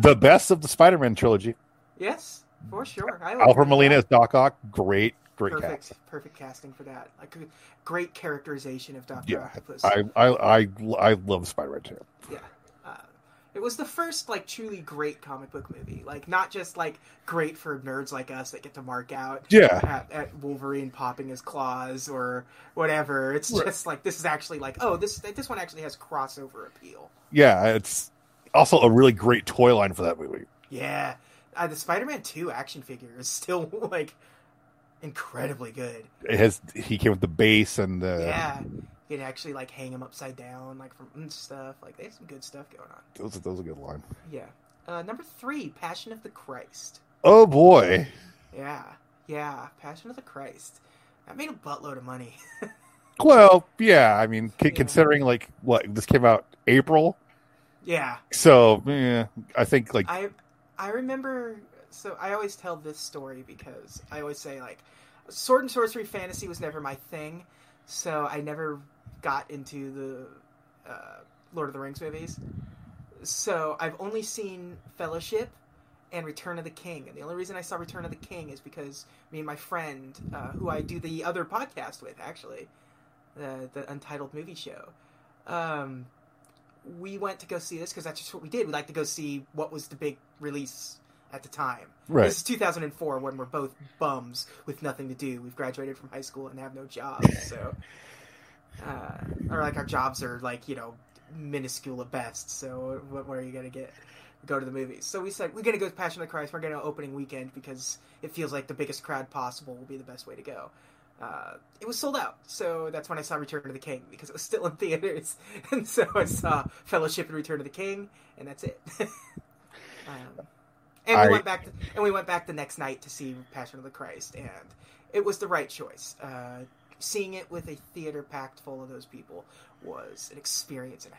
S2: the best of the Spider Man trilogy.
S1: Yes, for sure. I would
S2: Alfred
S1: agree with
S2: Molina
S1: that.
S2: as Doc Ock, great, great
S1: perfect,
S2: cast.
S1: perfect casting for that. Like a great characterization of Doctor
S2: Yeah,
S1: Octopus.
S2: I I I, I love Spider Man Two.
S1: Yeah, uh, it was the first like truly great comic book movie. Like not just like great for nerds like us that get to mark out.
S2: Yeah.
S1: At, at Wolverine popping his claws or whatever. It's
S2: Right.
S1: just like this is actually like oh this this one actually has crossover appeal.
S2: Yeah, it's also a really great toy line for that movie.
S1: Yeah, uh, the Spider-Man Two action figure is still like incredibly good.
S2: It has he came with the bass and the
S1: yeah you can actually like hang them upside down like from and stuff like they have some good stuff going on
S2: that, was, that was a good line.
S1: yeah uh, number three passion of the christ
S2: Oh boy,
S1: yeah yeah passion of the christ that made a buttload of money
S2: well, yeah, I mean, c-
S1: Yeah.
S2: considering like what this came out April,
S1: Yeah.
S2: So yeah, I think like
S1: I I remember so I always tell this story because I always say like sword and sorcery fantasy was never my thing, so I never got into the uh, Lord of the Rings movies. So I've only seen Fellowship and Return of the King, and the only reason I saw Return of the King is because me and my friend, uh, who I do the other podcast with, actually, the the Untitled Movie Show. Um, we went to go see this because that's just what we did. We like to go see what was the big release at the time.
S2: Right.
S1: This is 2004 when we're both bums with nothing to do. We've graduated from high school and have no jobs. So, uh, or like our jobs are like you know minuscule at best. So what, what are you gonna get? Go to the movies. So we said we're gonna go to Passion of the Christ. We're gonna opening weekend because it feels like the biggest crowd possible will be the best way to go. Uh, it was sold out, so that's when I saw Return of the King because it was still in theaters, and so I saw Fellowship and Return of the King, and that's it. um, and we
S2: I-
S1: went back, and we went back the next night to see Passion of the Christ, and it was the right choice. Uh, seeing it with a theater packed full of those people was an experience and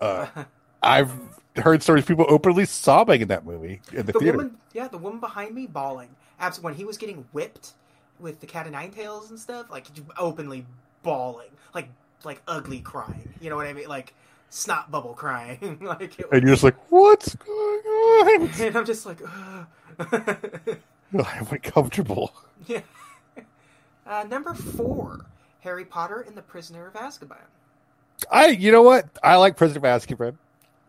S1: a
S2: uh,
S1: half.
S2: I've heard stories of people openly sobbing in that movie in the,
S1: the
S2: theater.
S1: woman, yeah, the woman behind me bawling. Abs- when he was getting whipped with the cat of nine tails and stuff, like openly bawling, like like ugly crying. You know what I mean? Like snot bubble crying. like it
S2: and
S1: was,
S2: you're just like, what's going on?
S1: and I'm just like, "Ugh."
S2: I'm uncomfortable.
S1: yeah. Uh, number four, Harry Potter and the Prisoner of Azkaban.
S2: I, you know what? I like Prisoner of Azkaban.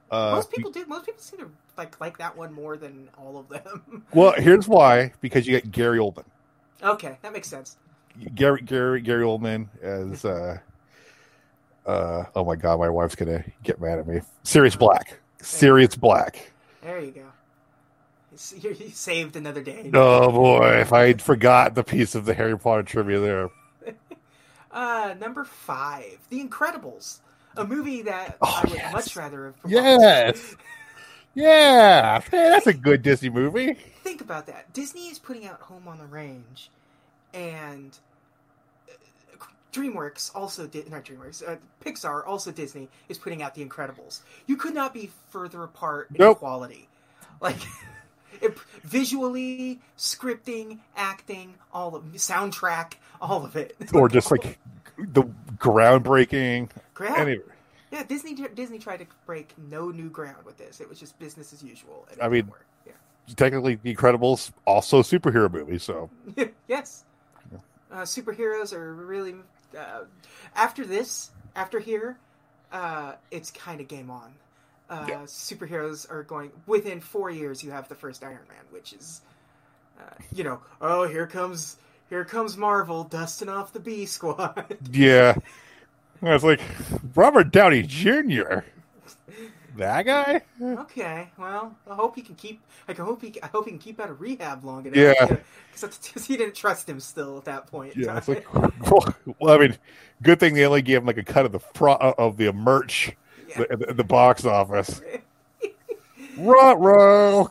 S2: Uh,
S1: Most people do. Most people seem to like like that one more than all of them.
S2: Well, here's why: because you got Gary Oldman,
S1: okay, that makes sense.
S2: Gary Gary Gary Oldman as, uh, uh, oh my god, my wife's gonna get mad at me. Sirius Black, Sirius Black.
S1: There you go. It's- You you saved another day.
S2: Oh boy, if I had forgot the piece of the Harry Potter trivia there.
S1: Uh, number five, The Incredibles, a movie that
S2: Oh,
S1: I would
S2: yes.
S1: much rather have.
S2: Yes. Yeah, hey, that's a good Disney movie.
S1: Think about that. Disney is putting out Home on the Range, and uh, DreamWorks also did not DreamWorks. Uh, Pixar also Disney is putting out The Incredibles. You could not be further apart in
S2: Nope.
S1: quality, like. It, visually, scripting, acting, all of soundtrack, all of it.
S2: Or just like the groundbreaking.
S1: Crap.
S2: Anyway,
S1: Yeah, Disney Disney tried to break no new ground with this. It was just business as usual. and it
S2: I
S1: didn't
S2: mean-
S1: work.
S2: technically, The Incredibles also a superhero movie, so
S1: yeah, yes, uh, superheroes are really uh, after this, after here, uh, it's kind of game on. Uh,
S2: Yeah.
S1: Superheroes are going within four years. You have the first Iron Man, which is, uh, you know, oh here comes here comes Marvel dusting off the B squad.
S2: yeah. I was like, Robert Downey Jr. That guy?
S1: Okay, well, I hope he can keep. I can hope he. I hope he can keep out of rehab long enough.
S2: Yeah.
S1: because he didn't trust him still at that point. in
S2: Yeah, it's
S1: time.
S2: like, well, I mean, good thing they only gave him like a cut of the pro- uh, of the merch
S1: Yeah.
S2: at the, at the box office. Ruh row.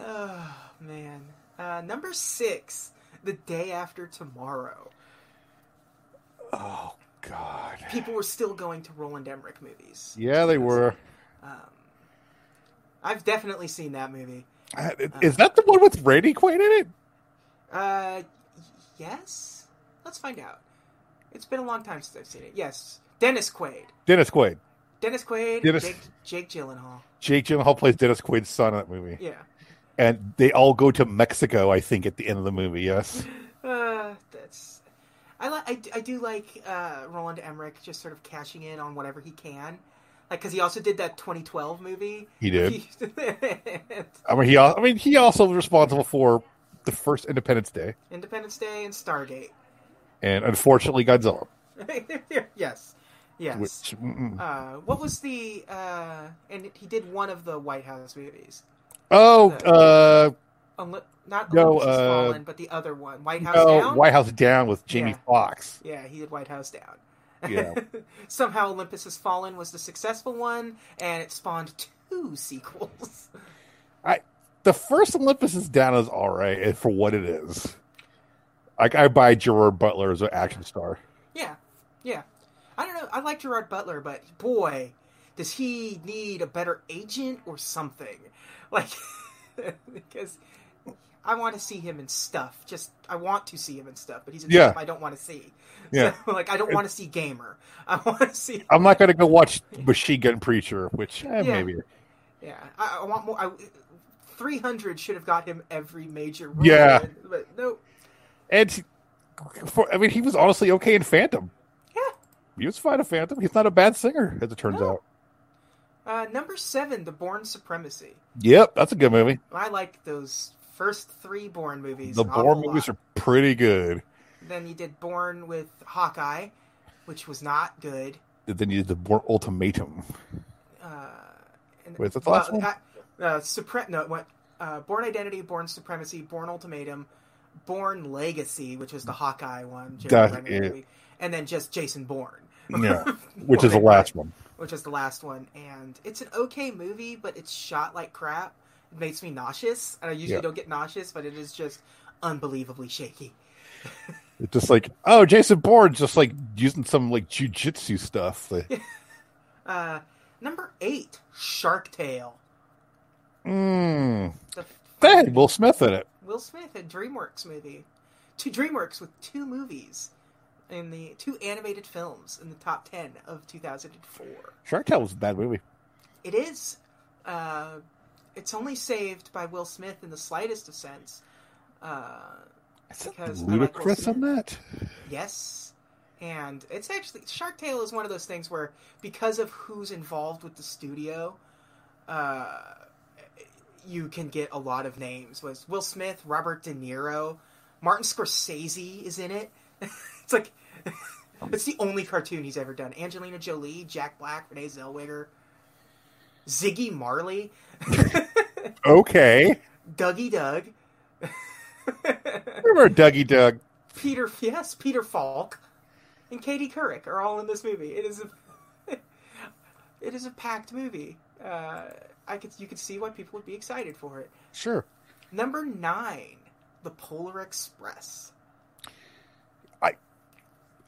S1: Oh man, uh, number six, the day after tomorrow.
S2: Oh God.
S1: People were still going to Roland Emmerich movies.
S2: Yeah, they were.
S1: Um, I've definitely seen that movie.
S2: Uh, Is that the one with Randy Quaid in it?
S1: Uh, y- yes. Let's find out. It's been a long time since I've seen it. Yes, Dennis Quaid.
S2: Dennis Quaid.
S1: Dennis Quaid.
S2: Dennis-
S1: Jake, Jake Gyllenhaal.
S2: Jake Gyllenhaal plays Dennis Quaid's son in that movie,
S1: Yeah.
S2: and they all go to Mexico. I think at the end of the movie. Yes.
S1: Uh, that's. I like. I, d- I do like uh, Roland Emmerich just sort of cashing in on whatever he can, like because he also did that 2012 movie.
S2: He did.
S1: He-
S2: I mean, he. al- I mean, he also was responsible for the first Independence Day,
S1: Independence Day and Stargate.
S2: and unfortunately, Godzilla.
S1: yes, yes.
S2: Which mm-mm.
S1: Uh, what was the? Uh, and he did one of the White House movies.
S2: oh, uh,
S1: Unli- not
S2: No,
S1: Olympus Has
S2: uh,
S1: Fallen, but the other one, White House
S2: no,
S1: Down.
S2: oh, White House Down with Jamie
S1: Yeah.
S2: Foxx.
S1: Yeah, he did White House Down.
S2: Yeah.
S1: Somehow Olympus Has Fallen was the successful one, and it spawned two sequels.
S2: The first Olympus is Down is all right and for what it is. Like I buy Gerard Butler as an action star.
S1: yeah, yeah. I don't know. I like Gerard Butler, but boy, does he need a better agent or something? Like, because I want to see him in stuff. Just I want to see him in stuff, but he's in
S2: Yeah.
S1: stuff I don't want to see.
S2: Yeah.
S1: So, like I don't want to see Gamer. I want to see.
S2: I'm not going to go watch Machine Gun Preacher, which
S1: Yeah.
S2: eh, maybe.
S1: Yeah, I, I want more. I, 300 should have got him every major role.
S2: Yeah.
S1: But no,
S2: And for, I mean, he was honestly okay in Phantom.
S1: Yeah.
S2: He was fine in Phantom. He's not a bad singer, as it turns
S1: No.
S2: out.
S1: uh, number seven, The Born Supremacy.
S2: Yep, that's a good movie.
S1: I like those first three Born movies.
S2: the
S1: an awful
S2: Bourne movies
S1: lot.
S2: are pretty good.
S1: Then you did Born with Hawkeye, which was not good.
S2: Then you did the Bourne Ultimatum.
S1: Uh, and,
S2: Wait, is that the last
S1: well,
S2: one?
S1: I- uh, Supre- no, it went, uh, Born Identity, Born Supremacy, Born Ultimatum, Born Legacy, which was the Hawkeye one, Jeremy
S2: That-
S1: Renner
S2: yeah.
S1: movie, and then just Jason Bourne.
S2: Yeah, which is the
S1: Well,
S2: last one.
S1: which is the last one, and it's an okay movie, but it's shot like crap. It makes me nauseous, and I usually
S2: Yeah.
S1: don't get nauseous, but it is just unbelievably shaky.
S2: It's just like, oh, Jason Bourne's just like using some like jujitsu stuff. Like,
S1: Uh, number eight, Shark Tale.
S2: mm,
S1: The
S2: that had Will Smith in it.
S1: Will Smith a DreamWorks movie. Two DreamWorks with two movies in the two animated films in the top ten of 2004.
S2: Shark Tale was a bad movie.
S1: It is. Uh, it's only saved by Will Smith in the slightest of sense. Uh,
S2: Is that
S1: Because I like Will
S2: ludicrous on that?
S1: Yes. And it's actually Shark Tale is one of those things where because of who's involved with the studio, uh, you can get a lot of names. Was Will Smith, Robert De Niro, Martin Scorsese is in it. it's like it's the only cartoon he's ever done. Angelina Jolie, Jack Black, Renee Zellweger, Ziggy Marley,
S2: Okay,
S1: Dougie Doug,
S2: remember Dougie Doug?
S1: Peter yes, Peter Falk and Katie Couric are all in this movie. It is a it is a packed movie. Uh, I could you could see why people would be excited for it.
S2: Sure.
S1: Number nine, The Polar Express.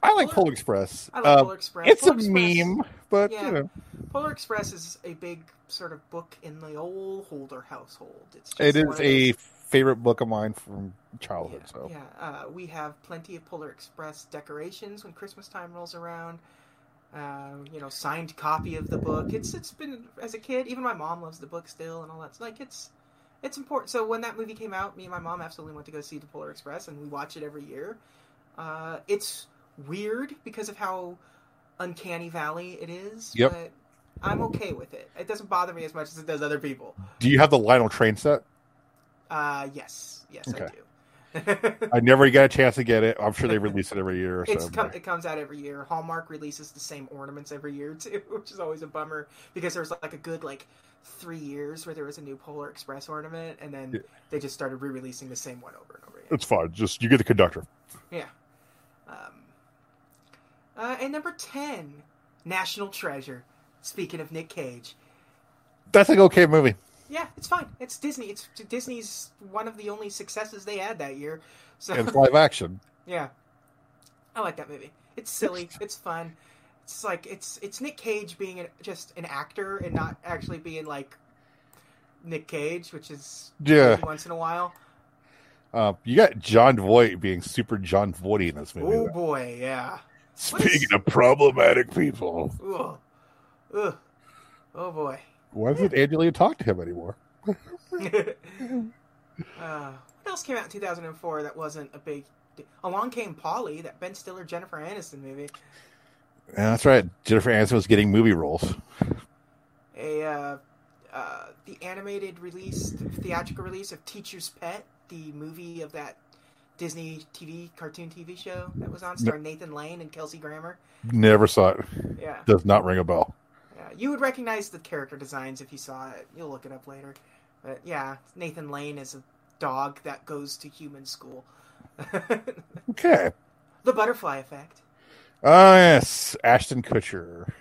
S2: I like
S1: Polar-
S2: Polar Express.
S1: I like
S2: Um,
S1: Polar Express.
S2: it's
S1: Polar
S2: a
S1: Express-
S2: meme, but
S1: Yeah.
S2: you know,
S1: Polar Express is a big sort of book in the old Holder household. It's just
S2: it
S1: one
S2: is
S1: of those-
S2: a favorite book of mine from childhood.
S1: yeah,
S2: so
S1: yeah. Uh, we have plenty of Polar Express decorations when Christmas time rolls around. Uh, you know, signed copy of the book. It's it's been as a kid. Even my mom loves the book still, and all that. Like it's it's important. So when that movie came out, me and my mom absolutely went to go see the Polar Express, and we watch it every year. Uh, it's weird because of how uncanny valley it is.
S2: Yep.
S1: But I'm okay with it. It doesn't bother me as much as it does other people.
S2: do you have the Lionel train set?
S1: Uh, yes, yes,
S2: Okay.
S1: I do.
S2: I never got a chance to get it. I'm sure they release it every year. Or
S1: It's
S2: so.
S1: com- it comes out every year. Hallmark releases the same ornaments every year too, which is always a bummer because there was like a good like three years where there was a new Polar Express ornament, and then
S2: Yeah.
S1: they just started re-releasing the same one over and over again.
S2: It's fine. Just you get the conductor.
S1: Um, uh, and number ten, National Treasure. Speaking of Nick Cage,
S2: That's an okay movie.
S1: yeah, it's fine. It's Disney. It's Disney's one of the only successes they had that year. So
S2: and it's live action.
S1: Yeah, I like that movie. It's silly. it's fun. It's like it's it's Nick Cage being an, just an actor and not actually being like Nick Cage, which is
S2: Yeah,
S1: every once in a while.
S2: uh, you got John Voight being super John Voighty in this movie.
S1: Oh boy, yeah.
S2: Speaking of problematic people,
S1: Ugh. Ugh. Oh boy.
S2: why doesn't Angelina talk to him anymore?
S1: uh, what else came out in 2004 that wasn't a big? Along Came Polly, that Ben Stiller Jennifer Aniston movie.
S2: Yeah, that's right. Jennifer Aniston was getting movie roles.
S1: a uh, uh, the animated release, the theatrical release of Teacher's Pet, the movie of that Disney TV cartoon TV show that was on, starring Nathan Lane and Kelsey Grammer.
S2: Never saw it.
S1: Yeah.
S2: Does not ring a bell.
S1: yeah, you would recognize the character designs if you saw it. You'll look it up later, but yeah, Nathan Lane is a dog that goes to human school. the
S2: Okay.
S1: Butterfly Effect.
S2: Ah, yes, Ashton Kutcher.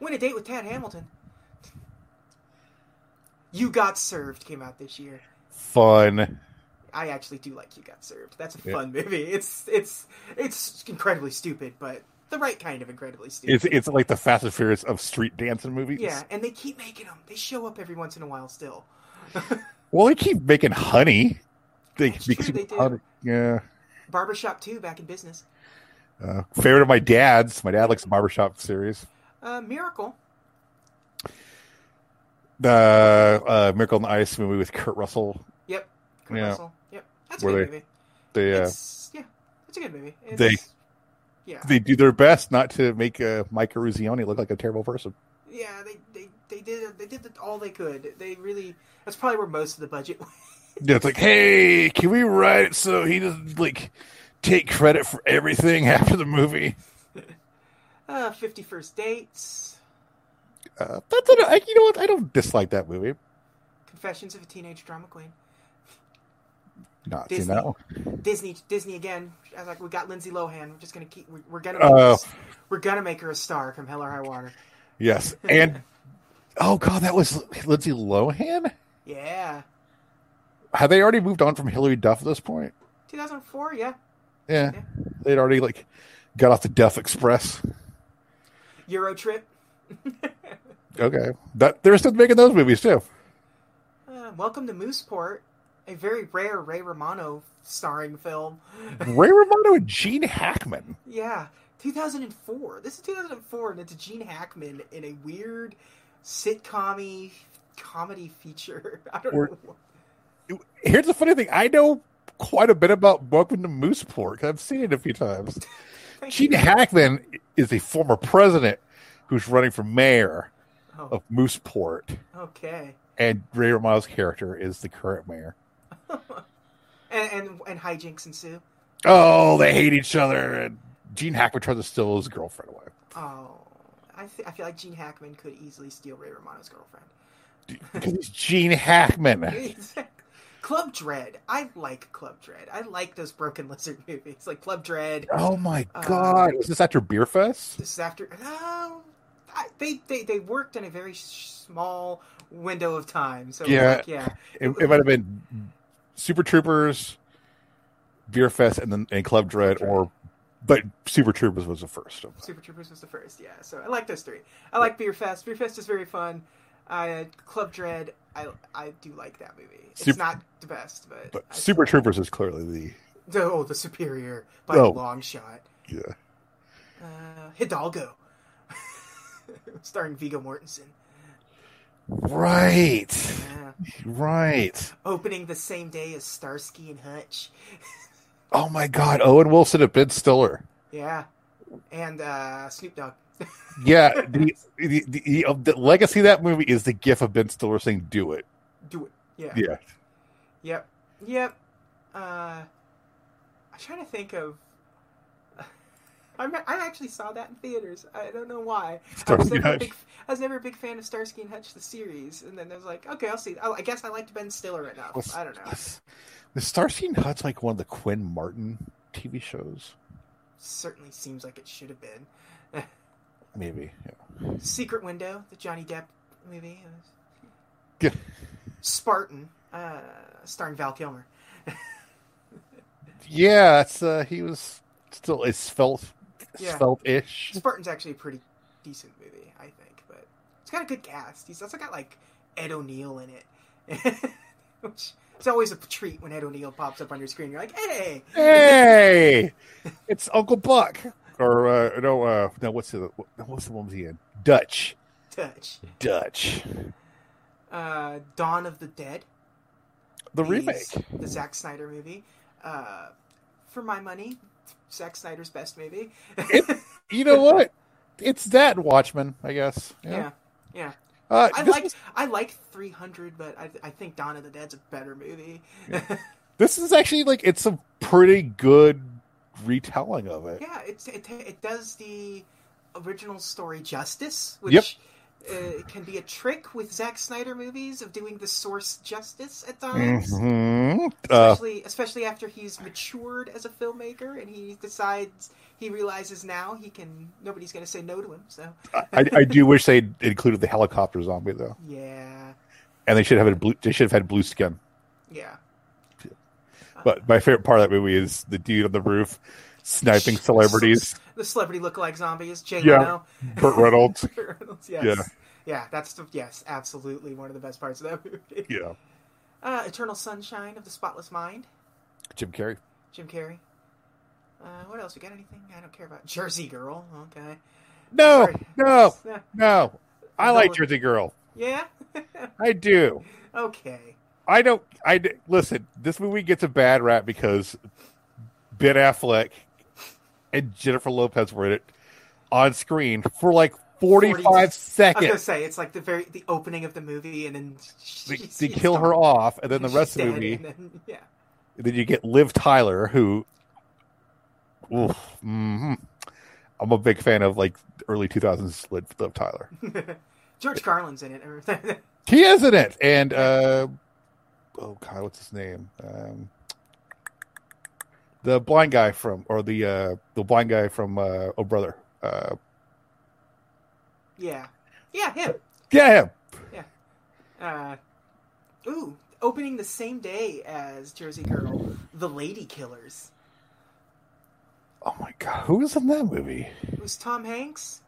S1: Win a date with Tad Hamilton. You Got Served came out this year.
S2: Fun.
S1: I actually do like You Got Served. That's a
S2: Yeah.
S1: fun movie. It's it's it's incredibly stupid, but the right kind of incredibly stupid.
S2: It's it's like the Fast and Furious of street dancing movies.
S1: yeah, and they keep making them. They show up every once in a while still.
S2: Well, they keep making honey. They
S1: That's
S2: because
S1: true, they do.
S2: honey- Yeah.
S1: Barbershop 2 back in business.
S2: Uh, favorite of my dad's. My dad likes the barbershop series.
S1: Uh, Miracle.
S2: The uh, Miracle on Ice movie with Kurt Russell.
S1: Yep. Kurt
S2: Yeah.
S1: Russell. Yep. That's a
S2: Were
S1: good
S2: they-
S1: movie.
S2: They uh,
S1: It's, yeah, it's a good movie. It's,
S2: They-
S1: Yeah.
S2: they do their best not to make uh, Mike Ruzioni look like a terrible person.
S1: yeah, they, they, they did they did all they could. They really that's probably where most of the budget went.
S2: Yeah, it's like, hey, can we write it so he doesn't like take credit for everything after the movie?
S1: Uh, 51st Dates,
S2: Uh, that's a, I, you know what? I don't dislike that movie.
S1: Confessions of a Teenage Drama Queen.
S2: Not you
S1: Disney.
S2: know.
S1: Disney Disney again. I was like we got Lindsay Lohan. We're just going to keep we're, we're going
S2: Oh.
S1: to we're going to make her a star come hell or high water.
S2: Yes, and oh god, that was Lindsay Lohan.
S1: Yeah.
S2: Have they already moved on from Hillary Duff at this point?
S1: 2004, yeah.
S2: Yeah,
S1: Yeah.
S2: they'd already like got off the Duff Express.
S1: Euro Trip.
S2: Okay, that they're still making those movies too.
S1: Uh, Welcome to Mooseport, a very rare Ray Romano starring film.
S2: Ray Romano and Gene Hackman.
S1: Yeah, 2004. This is 2004, and it's Gene Hackman in a weird sitcom comedy feature. I don't
S2: Or-
S1: know.
S2: Here's the funny thing: I know quite a bit about Welcome to Mooseport. 'cause I've seen it a few times.
S1: Thank
S2: Gene
S1: you.
S2: Hackman is a former president who's running for mayor
S1: Oh,
S2: of Mooseport,
S1: okay.
S2: and Ray Romano's character is the current mayor.
S1: And, and and hijinks ensue.
S2: Oh, they hate each other, and Gene Hackman tries to steal his girlfriend away.
S1: Oh, I th- I feel like Gene Hackman could easily steal Ray Romano's girlfriend.
S2: Because he's Gene Hackman.
S1: Club Dread. I like Club Dread. I like those Broken Lizard movies, like Club Dread.
S2: Oh my
S1: Uh,
S2: god! Was this after Beer Fest?
S1: This is after. Oh, I, they, they they worked in a very sh- small window of time. So
S2: Yeah.
S1: like, yeah.
S2: It, it might have been Super Troopers, Beer Fest, and then and Club Dread, or but Super Troopers was the first. of them.
S1: Super Troopers was the first, yeah. So I like those three. I like Beer Fest. Beer Fest is very fun. I Club Dread. I I do like that movie. It's
S2: Sup-
S1: not the best, but,
S2: But
S1: I-
S2: Super Troopers is clearly the
S1: the, oh the superior by
S2: Oh.
S1: a long shot.
S2: yeah.
S1: Uh, Hidalgo, starring Vigo Mortensen,
S2: Right,
S1: yeah.
S2: right.
S1: opening the same day as Starsky and Hutch.
S2: Oh my god! Owen Wilson and Ben Stiller.
S1: Yeah, and uh, Snoop Dogg.
S2: Yeah, the, the, the, the, of the legacy of that movie is the gif of Ben Stiller saying "Do it."
S1: Do it. Yeah.
S2: Yeah,
S1: Yep. Yep. Uh, I'm trying to think of. I'm, I actually saw that in theaters. I don't know why. I was,
S2: Starsky
S1: never a
S2: Hutch.
S1: big, I was never a big fan of Starsky and Hutch the series, and then I was like, okay, I'll see. Oh, I guess I liked Ben Stiller enough.
S2: Was-
S1: I don't know.
S2: was- was Starsky and Hutch like one of the Quinn Martin TV shows?
S1: Certainly seems like it should have been
S2: Maybe. Yeah.
S1: Secret Window, the Johnny Depp movie.
S2: Yeah.
S1: Spartan, uh, starring Val Kilmer.
S2: Yeah, it's uh, he was still it's felt
S1: Yeah.
S2: felt-ish.
S1: Spartan's actually a pretty decent movie, I think, but it's got a good cast. He's also got like Ed O'Neill in it, which it's always a treat when Ed O'Neill pops up on your screen. You're like, hey,
S2: Hey, it's Uncle Buck or uh, no, uh, no. What's the what's the one was he in? Dutch,
S1: touch.
S2: Dutch,
S1: Uh, Dawn of the Dead,
S2: the
S1: the-
S2: remake.
S1: the Zack Snyder movie. Uh, for my money, Zack Snyder's best movie. yeah,
S2: You know what? It's that and Watchmen, I guess. Yeah,
S1: yeah.
S2: Uh,
S1: I
S2: this,
S1: like
S2: was-
S1: I like 300, but I, I think Dawn of the Dead's a better movie.
S2: this is actually like it's a pretty good retelling of it.
S1: Yeah, it's, it it does the original story justice, which
S2: Yep.
S1: uh, can be a trick with Zack Snyder movies of doing the source justice at times.
S2: hmm Uh,
S1: Especially, especially after he's matured as a filmmaker and he decides he realizes now he can nobody's going to say no to him. So
S2: I, I do wish they included the helicopter zombie though,
S1: yeah,
S2: and they should have had blue. They should have had blue skin.
S1: yeah.
S2: But my favorite part of that movie is the dude on the roof sniping celebrities.
S1: The celebrity look-alike zombies, Jay
S2: Yeah.
S1: Leno.
S2: Burt Reynolds.
S1: Burt Reynolds, yes.
S2: Yeah.
S1: Yeah, that's the, yes, absolutely one of the best parts of that movie.
S2: Yeah.
S1: Uh, Eternal Sunshine of the Spotless Mind,
S2: Jim Carrey.
S1: Jim Carrey. Uh, what else? We got anything? I don't care about Jersey Girl. Okay.
S2: No,
S1: Sorry.
S2: Oh, no,
S1: Yeah.
S2: no. I
S1: No.
S2: like Jersey Girl.
S1: Yeah.
S2: I do.
S1: okay.
S2: I don't. I d- listen. This movie gets a bad rap because Ben Affleck and Jennifer Lopez were in it on screen for like forty-five
S1: 40 I was
S2: seconds.
S1: gonna say it's like the very the opening of the movie, and then
S2: They,
S1: she's-
S2: they
S1: she's
S2: kill her
S1: gone.
S2: off, and then the
S1: She's
S2: rest of the
S1: dead,
S2: movie.
S1: and then- yeah.
S2: then you get Liv Tyler, who, oof, mhm. I'm a big fan of like early 2000s Liv, Liv Tyler.
S1: George Carlin's in it. or-
S2: He is in it, and uh, oh god, what's his name? Um, the blind guy from, or the uh, the blind guy from uh, Oh Brother. Uh,
S1: yeah. Yeah, him.
S2: yeah, him.
S1: Uh, ooh, opening the same day as Jersey Girl, The Lady Killers.
S2: Oh my god, who was in that movie?
S1: It was Tom Hanks.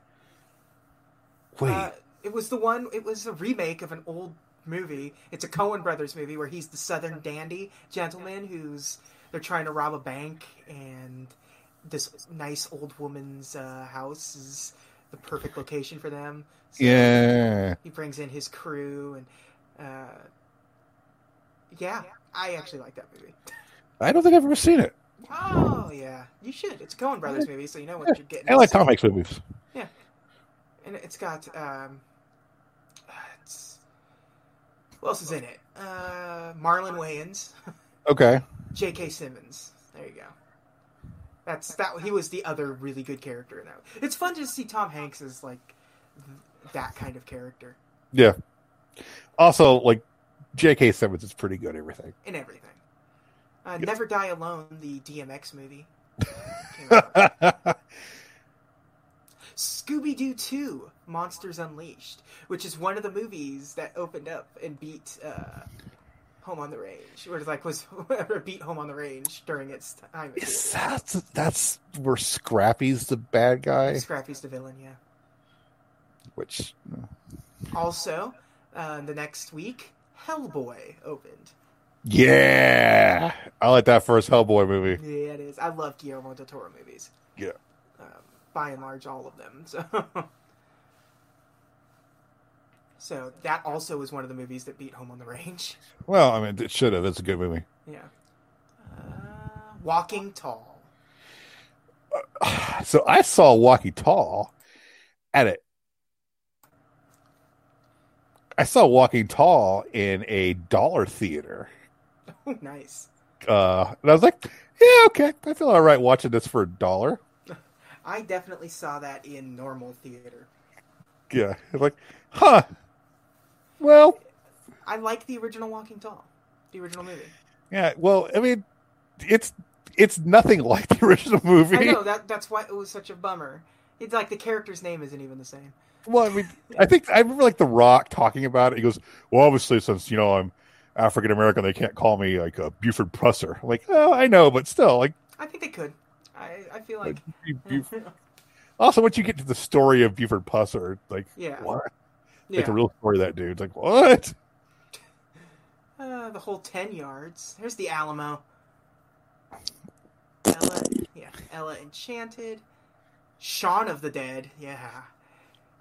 S2: Wait,
S1: Uh, it was the one. It was a remake of an old movie. It's a Cohen Brothers movie where he's the Southern dandy gentleman who's they're trying to rob a bank and this nice old woman's uh, house is the perfect location for them. So
S2: yeah,
S1: He brings in his crew and uh, yeah, I actually like that movie.
S2: I don't think I've ever seen it.
S1: Oh yeah, you should. It's a Coen Brothers movie, so you know what you're getting.
S2: I like Tom Hanks movies.
S1: And it's got um, it's, who else is in it? Uh, Marlon Wayans,
S2: Okay,
S1: J.K. Simmons. There you go. That's that. He was the other really good character in that. It's fun to see Tom Hanks as like th- that kind of character
S2: also like J.K. Simmons is pretty good. at Everything.
S1: in everything. Uh,
S2: Yeah.
S1: Never Die Alone, the DMX movie. Came out.
S2: I
S1: Scooby Doo 2 Monsters Unleashed, which is one of the movies that opened up and beat uh, Home on the Range, or like was or beat Home on the Range during its time.
S2: Is that that's where Scrappy's the bad guy?
S1: Scrappy's the villain, yeah.
S2: Which
S1: Also, uh, the next week, Hellboy opened.
S2: yeah, I like that first Hellboy movie.
S1: Yeah, it is. I love Guillermo del Toro movies.
S2: Yeah.
S1: Um, by and large, all of them. So. So that also was one of the movies that beat Home on the Range.
S2: Well, I mean, it should have. It's a good movie.
S1: Yeah. Uh, Walking Tall.
S2: So I saw Walkie Tall at it. I saw Walking Tall in a dollar theater,
S1: nice.
S2: uh, and I was like, "Yeah, okay, I feel all right watching this for a dollar."
S1: I definitely saw that in normal theater.
S2: Yeah, I was like, "Huh." Well,
S1: I like the original Walking Tall, the original movie.
S2: Yeah, well, I mean, it's it's nothing like the original movie.
S1: I know that that's why it was such a bummer. It's like the character's name isn't even the same.
S2: Well, I mean, I think I remember like The Rock talking about it. He goes, "Well, obviously, since you know I'm African American, they can't call me like a Buford Presser." I'm like, "Oh, I know, but still, like."
S1: I think they could. I, I feel like
S2: Bu- Bu- Also, once you get to the story of Buford Pusser, like
S1: Mm-hmm. yeah,
S2: what? Like
S1: yeah.
S2: the real story of that dude. It's like what?
S1: Uh, the whole ten yards. Here's the Alamo. Ella, yeah, Ella Enchanted. Shaun of the Dead. Yeah,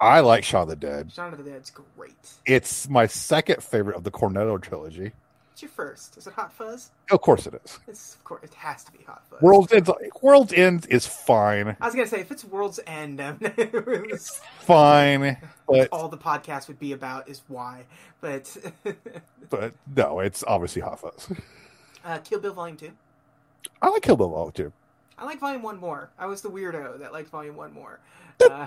S2: I like Shaun of the Dead.
S1: Shaun of the Dead's great.
S2: It's my second favorite of the Cornetto trilogy.
S1: What's your first? Is it Hot Fuzz?
S2: Of course, it is.
S1: It's of course it has to be Hot Fuzz.
S2: World's End. World's End is fine,
S1: I was gonna say if it's World's End, um, it's-
S2: fine, but
S1: all the podcast would be about is why. But
S2: but no, it's obviously Hot Fuzz.
S1: uh, Kill Bill Volume Two,
S2: I like Kill Bill Vol. too.
S1: I like Volume One more. I was the weirdo that liked Volume One more. Uh,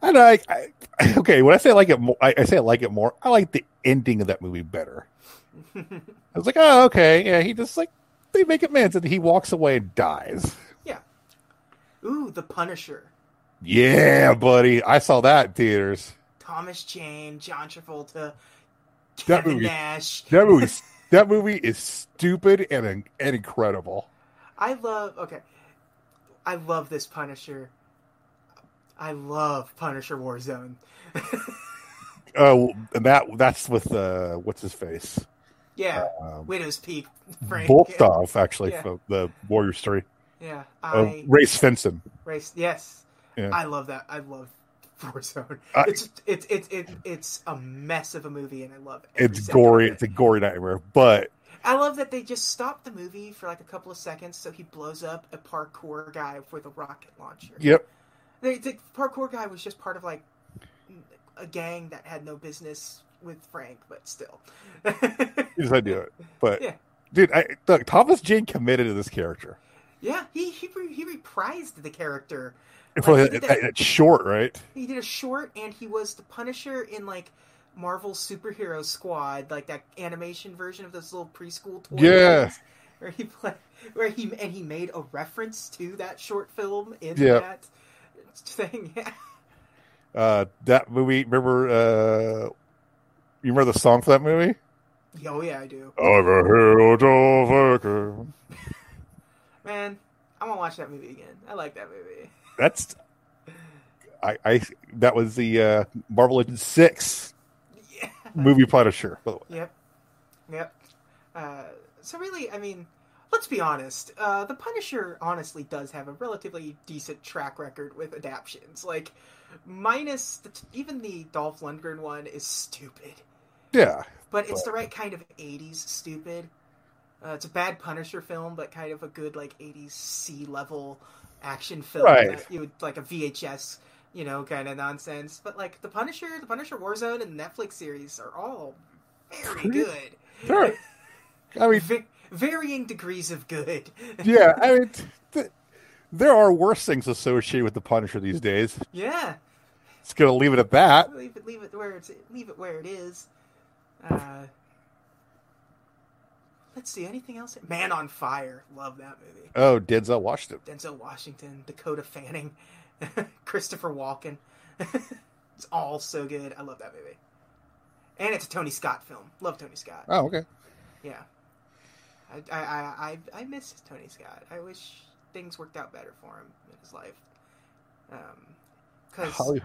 S2: And I, I okay, when I say I like it, more, I, I say I like it more. I like the ending of that movie better. I was like, oh, okay, yeah. He just like they make amends, and he walks away and dies.
S1: Ooh, The Punisher,
S2: Yeah, buddy, I saw that in theaters.
S1: Thomas Jane, John Travolta,
S2: That
S1: Kevin
S2: movie-
S1: Nash.
S2: That movie, that movie is stupid and and incredible.
S1: I love. Okay, I love this Punisher. I love Punisher Warzone.
S2: Oh, and that that's with uh, what's his face?
S1: yeah,
S2: Um,
S1: Widow's Peak. Frank.
S2: Volkov, actually,
S1: Yeah.
S2: from the Warrior story.
S1: Yeah,
S2: Uh,
S1: I
S2: Ray Svensson.
S1: race. Yes,
S2: Yeah.
S1: I love that. I love Warzone.
S2: I-
S1: it's it's it's it, it's a mess of a movie, and I love every
S2: It's
S1: second
S2: gory.
S1: of it.
S2: It's a gory nightmare, but
S1: I love that they just stopped the movie for like a couple of seconds, so he blows up a parkour guy with a rocket launcher.
S2: yep,
S1: They, the parkour guy was just part of like a gang that had no business with Frank, but still.
S2: he's gonna do it. But
S1: Yeah.
S2: dude, I, look, Thomas Jane committed to this character.
S1: yeah, he he, re- he reprised the character.
S2: It's
S1: Like,
S2: like
S1: he did
S2: that,
S1: that-
S2: that short, right?
S1: He did a short, and he was the Punisher in like Marvel superhero squad, like that animation version of those little preschool toys.
S2: Yeah.
S1: where he played, where he and he made a reference to that short film in
S2: Yeah.
S1: that thing. Yeah.
S2: Uh, that movie. Remember? Uh, you remember the song for that movie?
S1: Oh yeah, I do.
S2: I'm a hero, Joe Parker.
S1: Man, I want to watch that movie again. I like that movie.
S2: That's I, I that was the uh Marvel Legends six
S1: Yeah.
S2: movie Punisher. By the way.
S1: Yep. Yep. Uh, so really, I mean, let's be honest. Uh, the Punisher honestly does have a relatively decent track record with adaptions. Like, minus the, even the Dolph Lundgren one is stupid,
S2: Yeah.
S1: but it's the right kind of '80s stupid. Uh, it's a bad Punisher film, but kind of a good like '80s C level action film
S2: Right.
S1: that you would like a VHS. You know, kind of nonsense, but like the Punisher, the Punisher Warzone, and the Netflix series are all very
S2: Pretty-
S1: good
S2: Sure. I mean
S1: va- varying degrees of good.
S2: yeah, I mean th- there are worse things associated with the Punisher these days.
S1: yeah.
S2: It's gonna leave it at that.
S1: Leave it, leave it where it's, leave it where it is. Uh, let's see. Anything else? Man on Fire. Love that movie.
S2: Oh, Denzel watched it.
S1: Denzel Washington, Dakota Fanning, Christopher Walken. it's all so good. I love that movie. And it's a Tony Scott film. Love Tony Scott.
S2: Oh, okay.
S1: Yeah. I, I, I, I, I miss Tony Scott. I wish things worked out better for him in his life. Um, cause,
S2: Holly-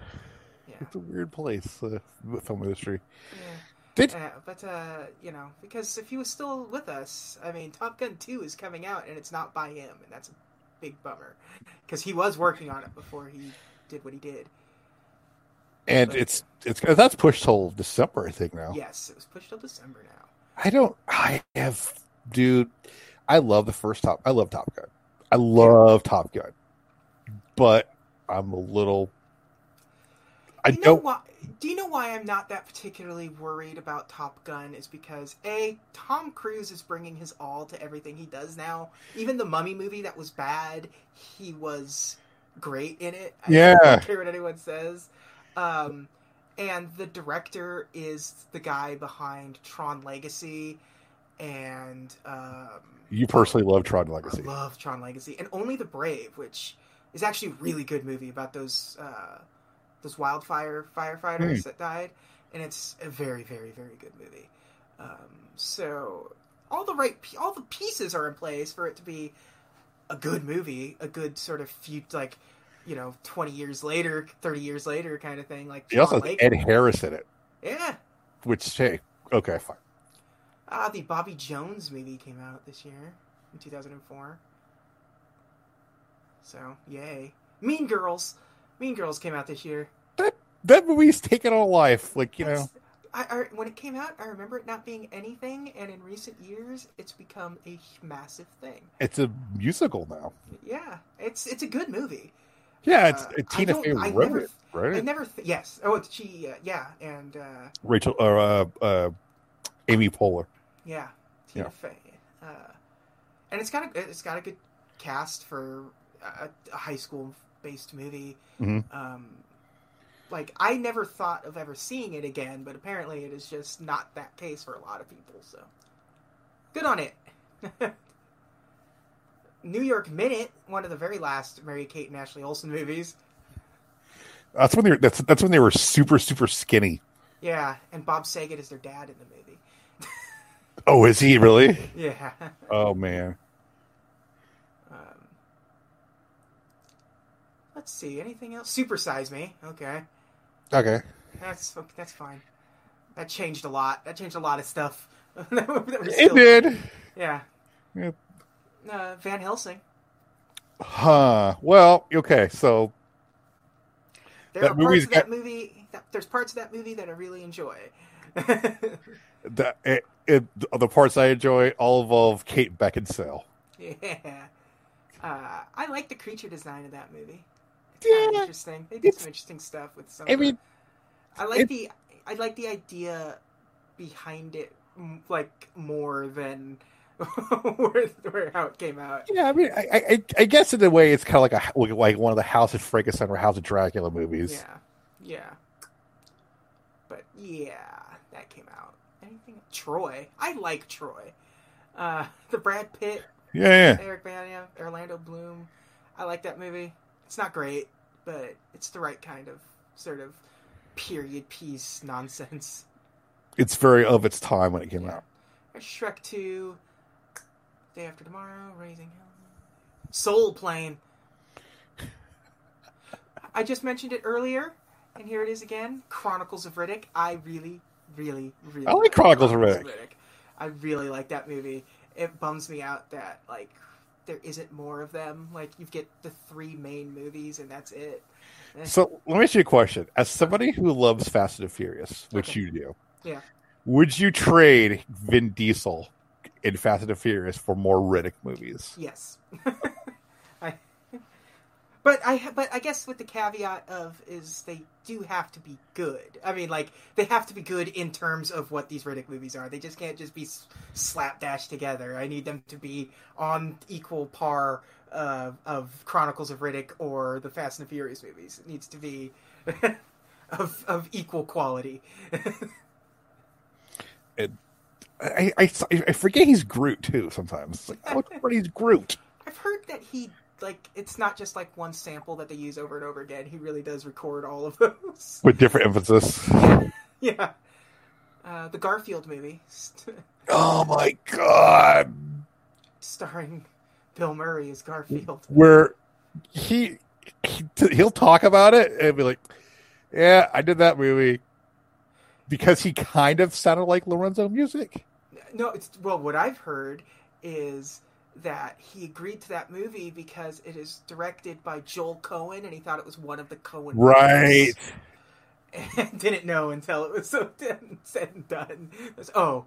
S1: yeah,
S2: It's a weird place, uh, the film industry.
S1: yeah.
S2: Did
S1: Uh, but, uh, you know, because if he was still with us, I mean, Top Gun 2 is coming out and it's not by him, and that's a big bummer. Because he was working on it before he did what he did.
S2: and it's it's that's pushed till December, I think now.
S1: Yes, it was pushed till December now.
S2: I don't. I have, dude. I love the first Top. I love Top Gun. I love Top Gun, but I'm a little. I
S1: you know
S2: don't.
S1: Why, do you know why I'm not that particularly worried about Top Gun? Is because a Tom Cruise is bringing his all to everything he does now. Even the Mummy movie that was bad, he was great in it. I
S2: Yeah.
S1: don't care what anyone says. Um, and the director is the guy behind Tron Legacy, and um,
S2: You personally love Tron
S1: I
S2: Legacy.
S1: love Tron Legacy and Only the Brave, which is actually a really good movie about those uh, those wildfire firefighters that died, and it's a very, very, very good movie. Um, so all the right, p- all the pieces are in place for it to be a good movie, a good sort of few, like you know, twenty years later, thirty years later, kind of thing. Like
S2: He also
S1: Tron
S2: has
S1: Legacy.
S2: Ed Harris in it,
S1: yeah.
S2: which hey, okay, fine.
S1: Ah, the Bobby Jones movie came out this year in 2004. So, yay. Mean Girls. Mean Girls came out this year.
S2: That movie's taken on life, like you know.
S1: That's- I, I, when it came out, I remember it not being anything, and in recent years, it's become a massive thing.
S2: It's a musical now.
S1: Yeah, it's it's a good movie.
S2: Yeah, it's
S1: Uh,
S2: it's
S1: I
S2: Tina
S1: don't-
S2: Fey
S1: I
S2: wrote
S1: never-
S2: it, right?
S1: I never, th- yes. Oh, it's she, uh, yeah, and uh,
S2: Rachel or uh, uh, Amy Poehler.
S1: Yeah, Tina
S2: Yeah.
S1: Fey. Uh, and it's got a it's got a good cast for a, a high school based movie.
S2: Mhm.
S1: Um, like I never thought of ever seeing it again, but apparently it is just not that case for a lot of people. So good on it. New York Minute, one of the very last Mary Kate and Ashley Olsen movies.
S2: That's when they were, that's that's when they were super super skinny.
S1: Yeah, and Bob Saget is their dad in the movie.
S2: Oh, is he really?
S1: Yeah.
S2: Oh man.
S1: Um, Let's see. Anything else? Supersize Me. Okay,
S2: Okay.
S1: that's that's fine. That changed a lot. That changed a lot of stuff. That we're
S2: It
S1: still-
S2: did.
S1: Yeah.
S2: Yep.
S1: Uh, Van Helsing.
S2: Huh. Well, okay. So
S1: There
S2: That
S1: are
S2: movie's
S1: parts of that movie. That, there's parts of that movie that I really enjoy.
S2: the it, it, the parts I enjoy all involve Kate Beckinsale.
S1: yeah. Uh, I like the creature design of that movie. It's kind of
S2: Yeah.
S1: interesting. They did some interesting stuff with some.
S2: I
S1: of the-
S2: mean,
S1: I like
S2: it-
S1: the I like the idea behind it, m- like more than where, where how it came out.
S2: yeah. I mean, I, I- I, I guess in a way, it's kind of like a like one of the House of Frankenstein or House of Dracula movies.
S1: Yeah, yeah. But yeah, that came out. Anything? Troy. I like Troy. Uh, the Brad Pitt,
S2: Yeah. yeah.
S1: Eric Bana, Orlando Bloom. I like that movie. It's not great, but it's the right kind of sort of period piece nonsense.
S2: It's very of its time when it came
S1: Yeah.
S2: out.
S1: There's Shrek 2, Day After Tomorrow, Raising Hell, Soul Plane. I just mentioned it earlier, and here it is again Chronicles of Riddick. I really, really, really.
S2: I like Chronicles of Riddick.
S1: I really like that movie. It bums me out that, like, there isn't more of them. Like, you get the three main movies, and that's it.
S2: So let me ask you a question: As somebody who loves Fast and the Furious, which
S1: Okay.
S2: you do,
S1: Yeah.
S2: would you trade Vin Diesel in Fast and the Furious for more Riddick movies?
S1: Yes. I, but I but I guess with the caveat of is they do have to be good. I mean, like they have to be good in terms of what these Riddick movies are. They just can't just be s- slapdash together. I need them to be on equal par uh, of Chronicles of Riddick or the Fast and the Furious movies. It needs to be of of equal quality.
S2: I, I, I forget he's Groot too. Sometimes it's like, oh, but he's Groot.
S1: I've heard that he like it's not just like one sample that they use over and over again. He really does record all of those.
S2: with different emphasis.
S1: yeah. Uh, the Garfield movie, st-
S2: Oh my god!
S1: starring Bill Murray as Garfield.
S2: Where he, he he'll talk about it and be like, "Yeah, I did that movie," because he kind of sounded like Lorenzo Music.
S1: No, it's well. What I've heard is that he agreed to that movie because it is directed by Joel Cohen, and he thought it was one of the Cohen brothers. and didn't know until it was so done- said and done. It was, oh,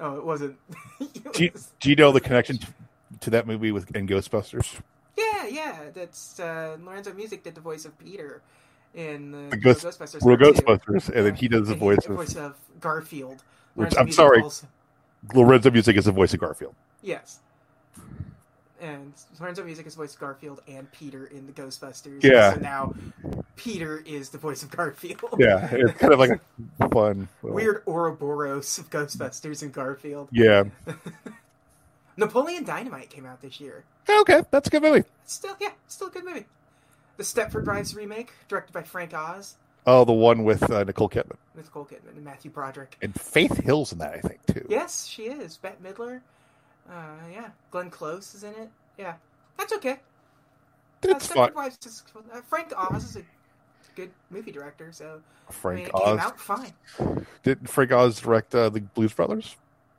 S1: oh, it wasn't. It
S2: Do you-
S1: was-
S2: Do you know the connection t- to that movie with and Ghostbusters?
S1: yeah, yeah. That's uh, Lorenzo Music did the voice of Peter in the,
S2: The Ghost-
S1: Ghostbusters.
S2: We're
S1: cartoon.
S2: Ghostbusters, and then he does the
S1: And he
S2: voice
S1: did
S2: of
S1: Garfield.
S2: Which-
S1: Lorenzo
S2: I'm
S1: Music
S2: sorry.
S1: also-
S2: Lorenzo Music is the voice of Garfield.
S1: yes. And Lorenzo Music is the voice of Garfield and Peter in the Ghostbusters.
S2: Yeah.
S1: So now Peter is the voice of Garfield.
S2: Yeah, it's kind of like a fun uh, little-
S1: Weird Ouroboros of Ghostbusters and Garfield.
S2: Yeah.
S1: Napoleon Dynamite came out this year.
S2: Okay, that's a good movie.
S1: Still, yeah, still a good movie. The Stepford Wives remake, directed by Frank Oz,
S2: Oh, the one with uh, Nicole Kidman
S1: with Nicole Kidman and Matthew Broderick.
S2: and Faith Hill's in that, I think too.
S1: Yes, she is. Bette Midler. Uh, yeah. Glenn Close is in it. Yeah. That's okay.
S2: that's
S1: uh,
S2: fun.
S1: Stepford Wives is- uh, Frank Oz is a good movie director, so I mean,
S2: Frank
S1: it
S2: Oz.
S1: came out fine.
S2: Did Frank Oz direct uh, the Blues Brothers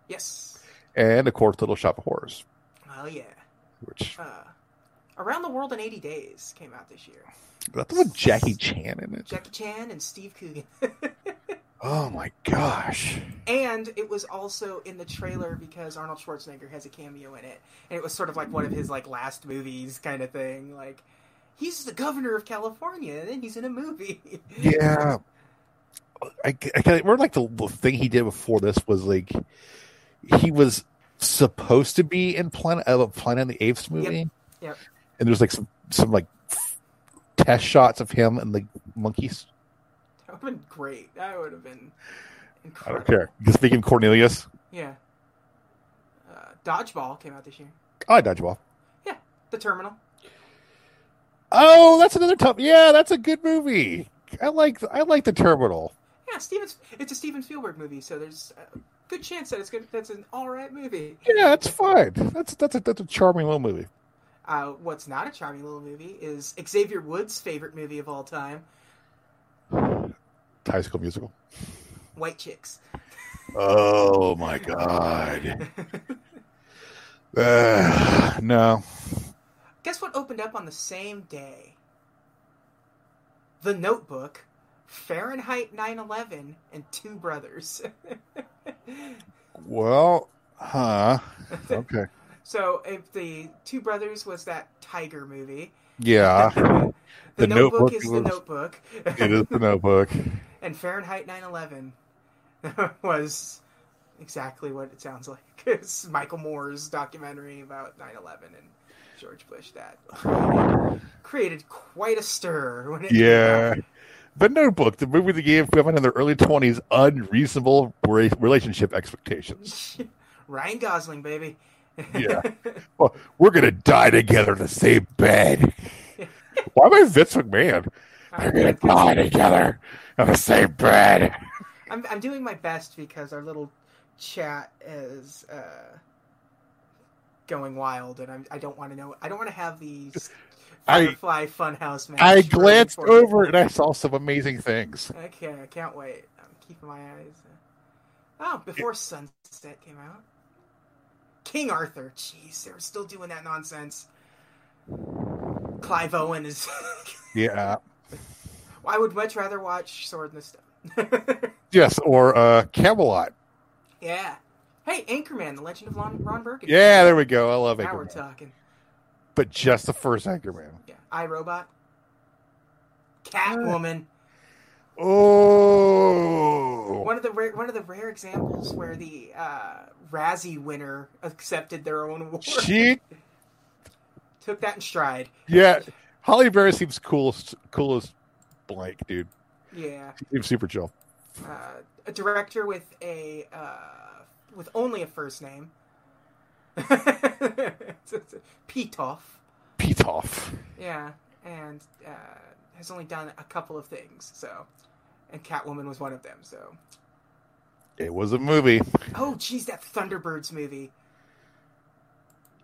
S1: Yes.
S2: and of course Little Shop of Horrors,
S1: Oh, yeah.
S2: which
S1: Uh, Around the World in 80 Days came out this year.
S2: that's with Jackie Chan in it.
S1: Jackie Chan and Steve Coogan.
S2: Oh my gosh!
S1: and it was also in the trailer because Arnold Schwarzenegger has a cameo in it. And it was sort of like one of his like last movies kind of thing. Like, he's the governor of California and then he's in a movie.
S2: Yeah, I, I can't remember like the, the thing he did before this was like he was supposed to be in Planet of a Planet of the Apes movie.
S1: yep.
S2: And there's like some some like test shots of him and the monkeys.
S1: That would have been great. That would have been
S2: I
S1: incredible.
S2: don't care. Just speaking of Cornelius,
S1: Yeah. Uh, Dodgeball came out this year.
S2: Oh, I dodgeball.
S1: The Terminal.
S2: Oh, that's another tough. Yeah, that's a good movie. I like I like the Terminal.
S1: Yeah, Steven. It's a Steven Spielberg movie, so there's a good chance that it's good. That's an all right movie.
S2: Yeah, that's fine. That's that's a that's a charming little movie.
S1: Uh, what's not a charming little movie is Xavier Woods' favorite movie of all time,
S2: High School Musical.
S1: White Chicks.
S2: Oh my god. Uh, no.
S1: Guess what opened up on the same day? The Notebook, Fahrenheit 9/11, and Two Brothers.
S2: Well, huh. Okay.
S1: so if the Two Brothers was that Tiger movie,
S2: Yeah,
S1: the,
S2: The
S1: Notebook,
S2: Notebook
S1: is the
S2: was-
S1: Notebook,
S2: it is the Notebook.
S1: and Fahrenheit 9/11 was exactly what it sounds like. It's Michael Moore's documentary about 9/11 and George Bush that created quite a stir when it came out.
S2: Yeah. The Notebook, the movie that gave women in their early 20s unreasonable re- relationship expectations.
S1: Ryan Gosling, baby.
S2: Yeah. Well, we're going to die together in the same bed. Why am I Vince McMahon? We're going to die together in the same bed.
S1: I'm, I'm doing my best because our little chat is uh, going wild, and I'm, I don't want to know. I don't want to have these
S2: I-
S1: Firefly Funhouse match.
S2: I
S1: ready
S2: glanced
S1: for you.
S2: over and I saw some amazing things.
S1: Okay, I can't wait. I'm keeping my eyes. Oh, before Sunset came out, King Arthur. Jeez, they're still doing that nonsense. Clive Owen is.
S2: Yeah.
S1: I would much rather watch Sword in the Stone.
S2: Yes, or uh, Camelot.
S1: yeah. Hey, Anchorman: The Legend of Lon- Ron Burgundy.
S2: Yeah, there we go. I love
S1: Now we're
S2: Anchorman.
S1: talking.
S2: But just the first Anchorman.
S1: Yeah. iRobot. Catwoman.
S2: Oh.
S1: One of the rare, one of the rare examples where the uh, Razzie winner accepted their own award.
S2: She,
S1: Took that in stride.
S2: yeah, Holly Berry seems coolest, coolest blank, dude.
S1: Yeah.
S2: She seems super chill.
S1: Uh, a director with a uh, with only a first name. Pitoff.
S2: Pitoff.
S1: Yeah, and uh, has only done a couple of things. So, and Catwoman was one of them. So,
S2: It was a movie.
S1: oh, geez, that Thunderbirds movie.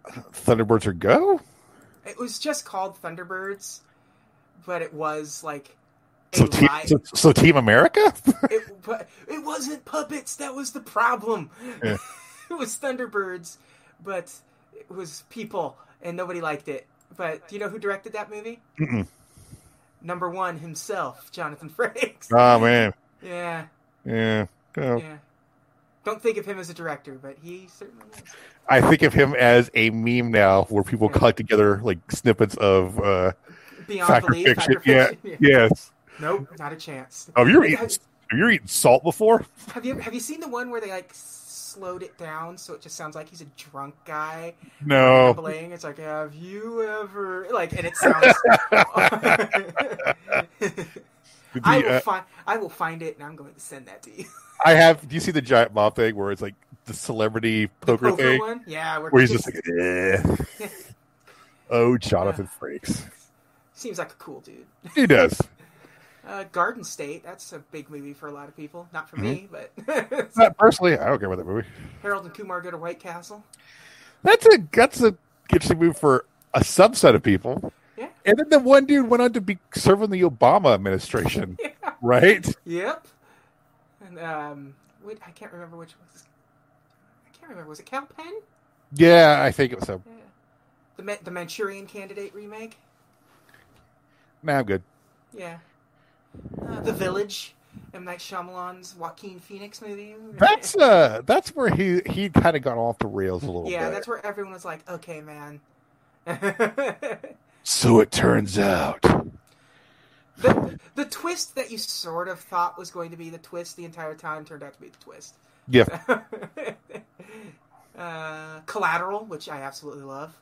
S2: Thunderbirds are go?
S1: It was just called Thunderbirds, but it was like a
S2: So, team,
S1: live.
S2: so, so Team America?
S1: it, but it wasn't puppets. That was the problem.
S2: Yeah.
S1: it was Thunderbirds, but it was people, and nobody liked it. But do you know who directed that movie?
S2: Mm-mm.
S1: Number one himself, Jonathan Frakes.
S2: oh, man.
S1: Yeah,
S2: Yeah. Oh.
S1: yeah. Don't think of him as a director, but he certainly is.
S2: I think of him as a meme now where people
S1: Yeah.
S2: collect together like snippets of, uh,
S1: Beyond
S2: Fact or
S1: belief,
S2: fiction,
S1: fact or fiction. Yeah.
S2: yes.
S1: Nope, not a chance.
S2: Oh, you're eating,
S1: Have,
S2: you're eating salt before?
S1: have you have you seen the one where they like slowed it down so it just sounds like he's a drunk guy?
S2: No.
S1: Bling, It's like, have you ever like? And it sounds.
S2: The,
S1: I will
S2: uh,
S1: find. I will find it, and I'm going to send that to you.
S2: I have. Do you see the giant mop thing where it's like the celebrity poker,
S1: Poker
S2: thing,
S1: one, yeah. We're,
S2: where he's just like, eh. "Oh, Jonathan Frakes,
S1: seems like a cool dude.
S2: he does."
S1: Uh, Garden State. That's a big movie for a lot of people. Not
S2: Mm-hmm.
S1: for me, but
S2: But Uh, personally, I don't care about that movie.
S1: Harold and Kumar go to White Castle.
S2: That's a that's a interesting move for a subset of people.
S1: Yeah.
S2: And then the one dude went on to be serving the Obama administration,
S1: Yeah.
S2: right?
S1: Yep. And um, wait, I can't remember which was. I can't remember. Was it Cal Penn?
S2: Yeah, I think it was him.
S1: Yeah. The Ma- the Manchurian Candidate remake.
S2: Nah, I'm good.
S1: Yeah. Uh, the Village, M. Night Shyamalan's Joaquin Phoenix movie.
S2: That's uh, that's where he he kind of got off the rails a little
S1: yeah,
S2: bit.
S1: that's where everyone was like, okay, man.
S2: So it turns out.
S1: the, the twist that you sort of thought was going to be the twist the entire time turned out to be the twist.
S2: Yeah,
S1: uh, Collateral, which I absolutely love.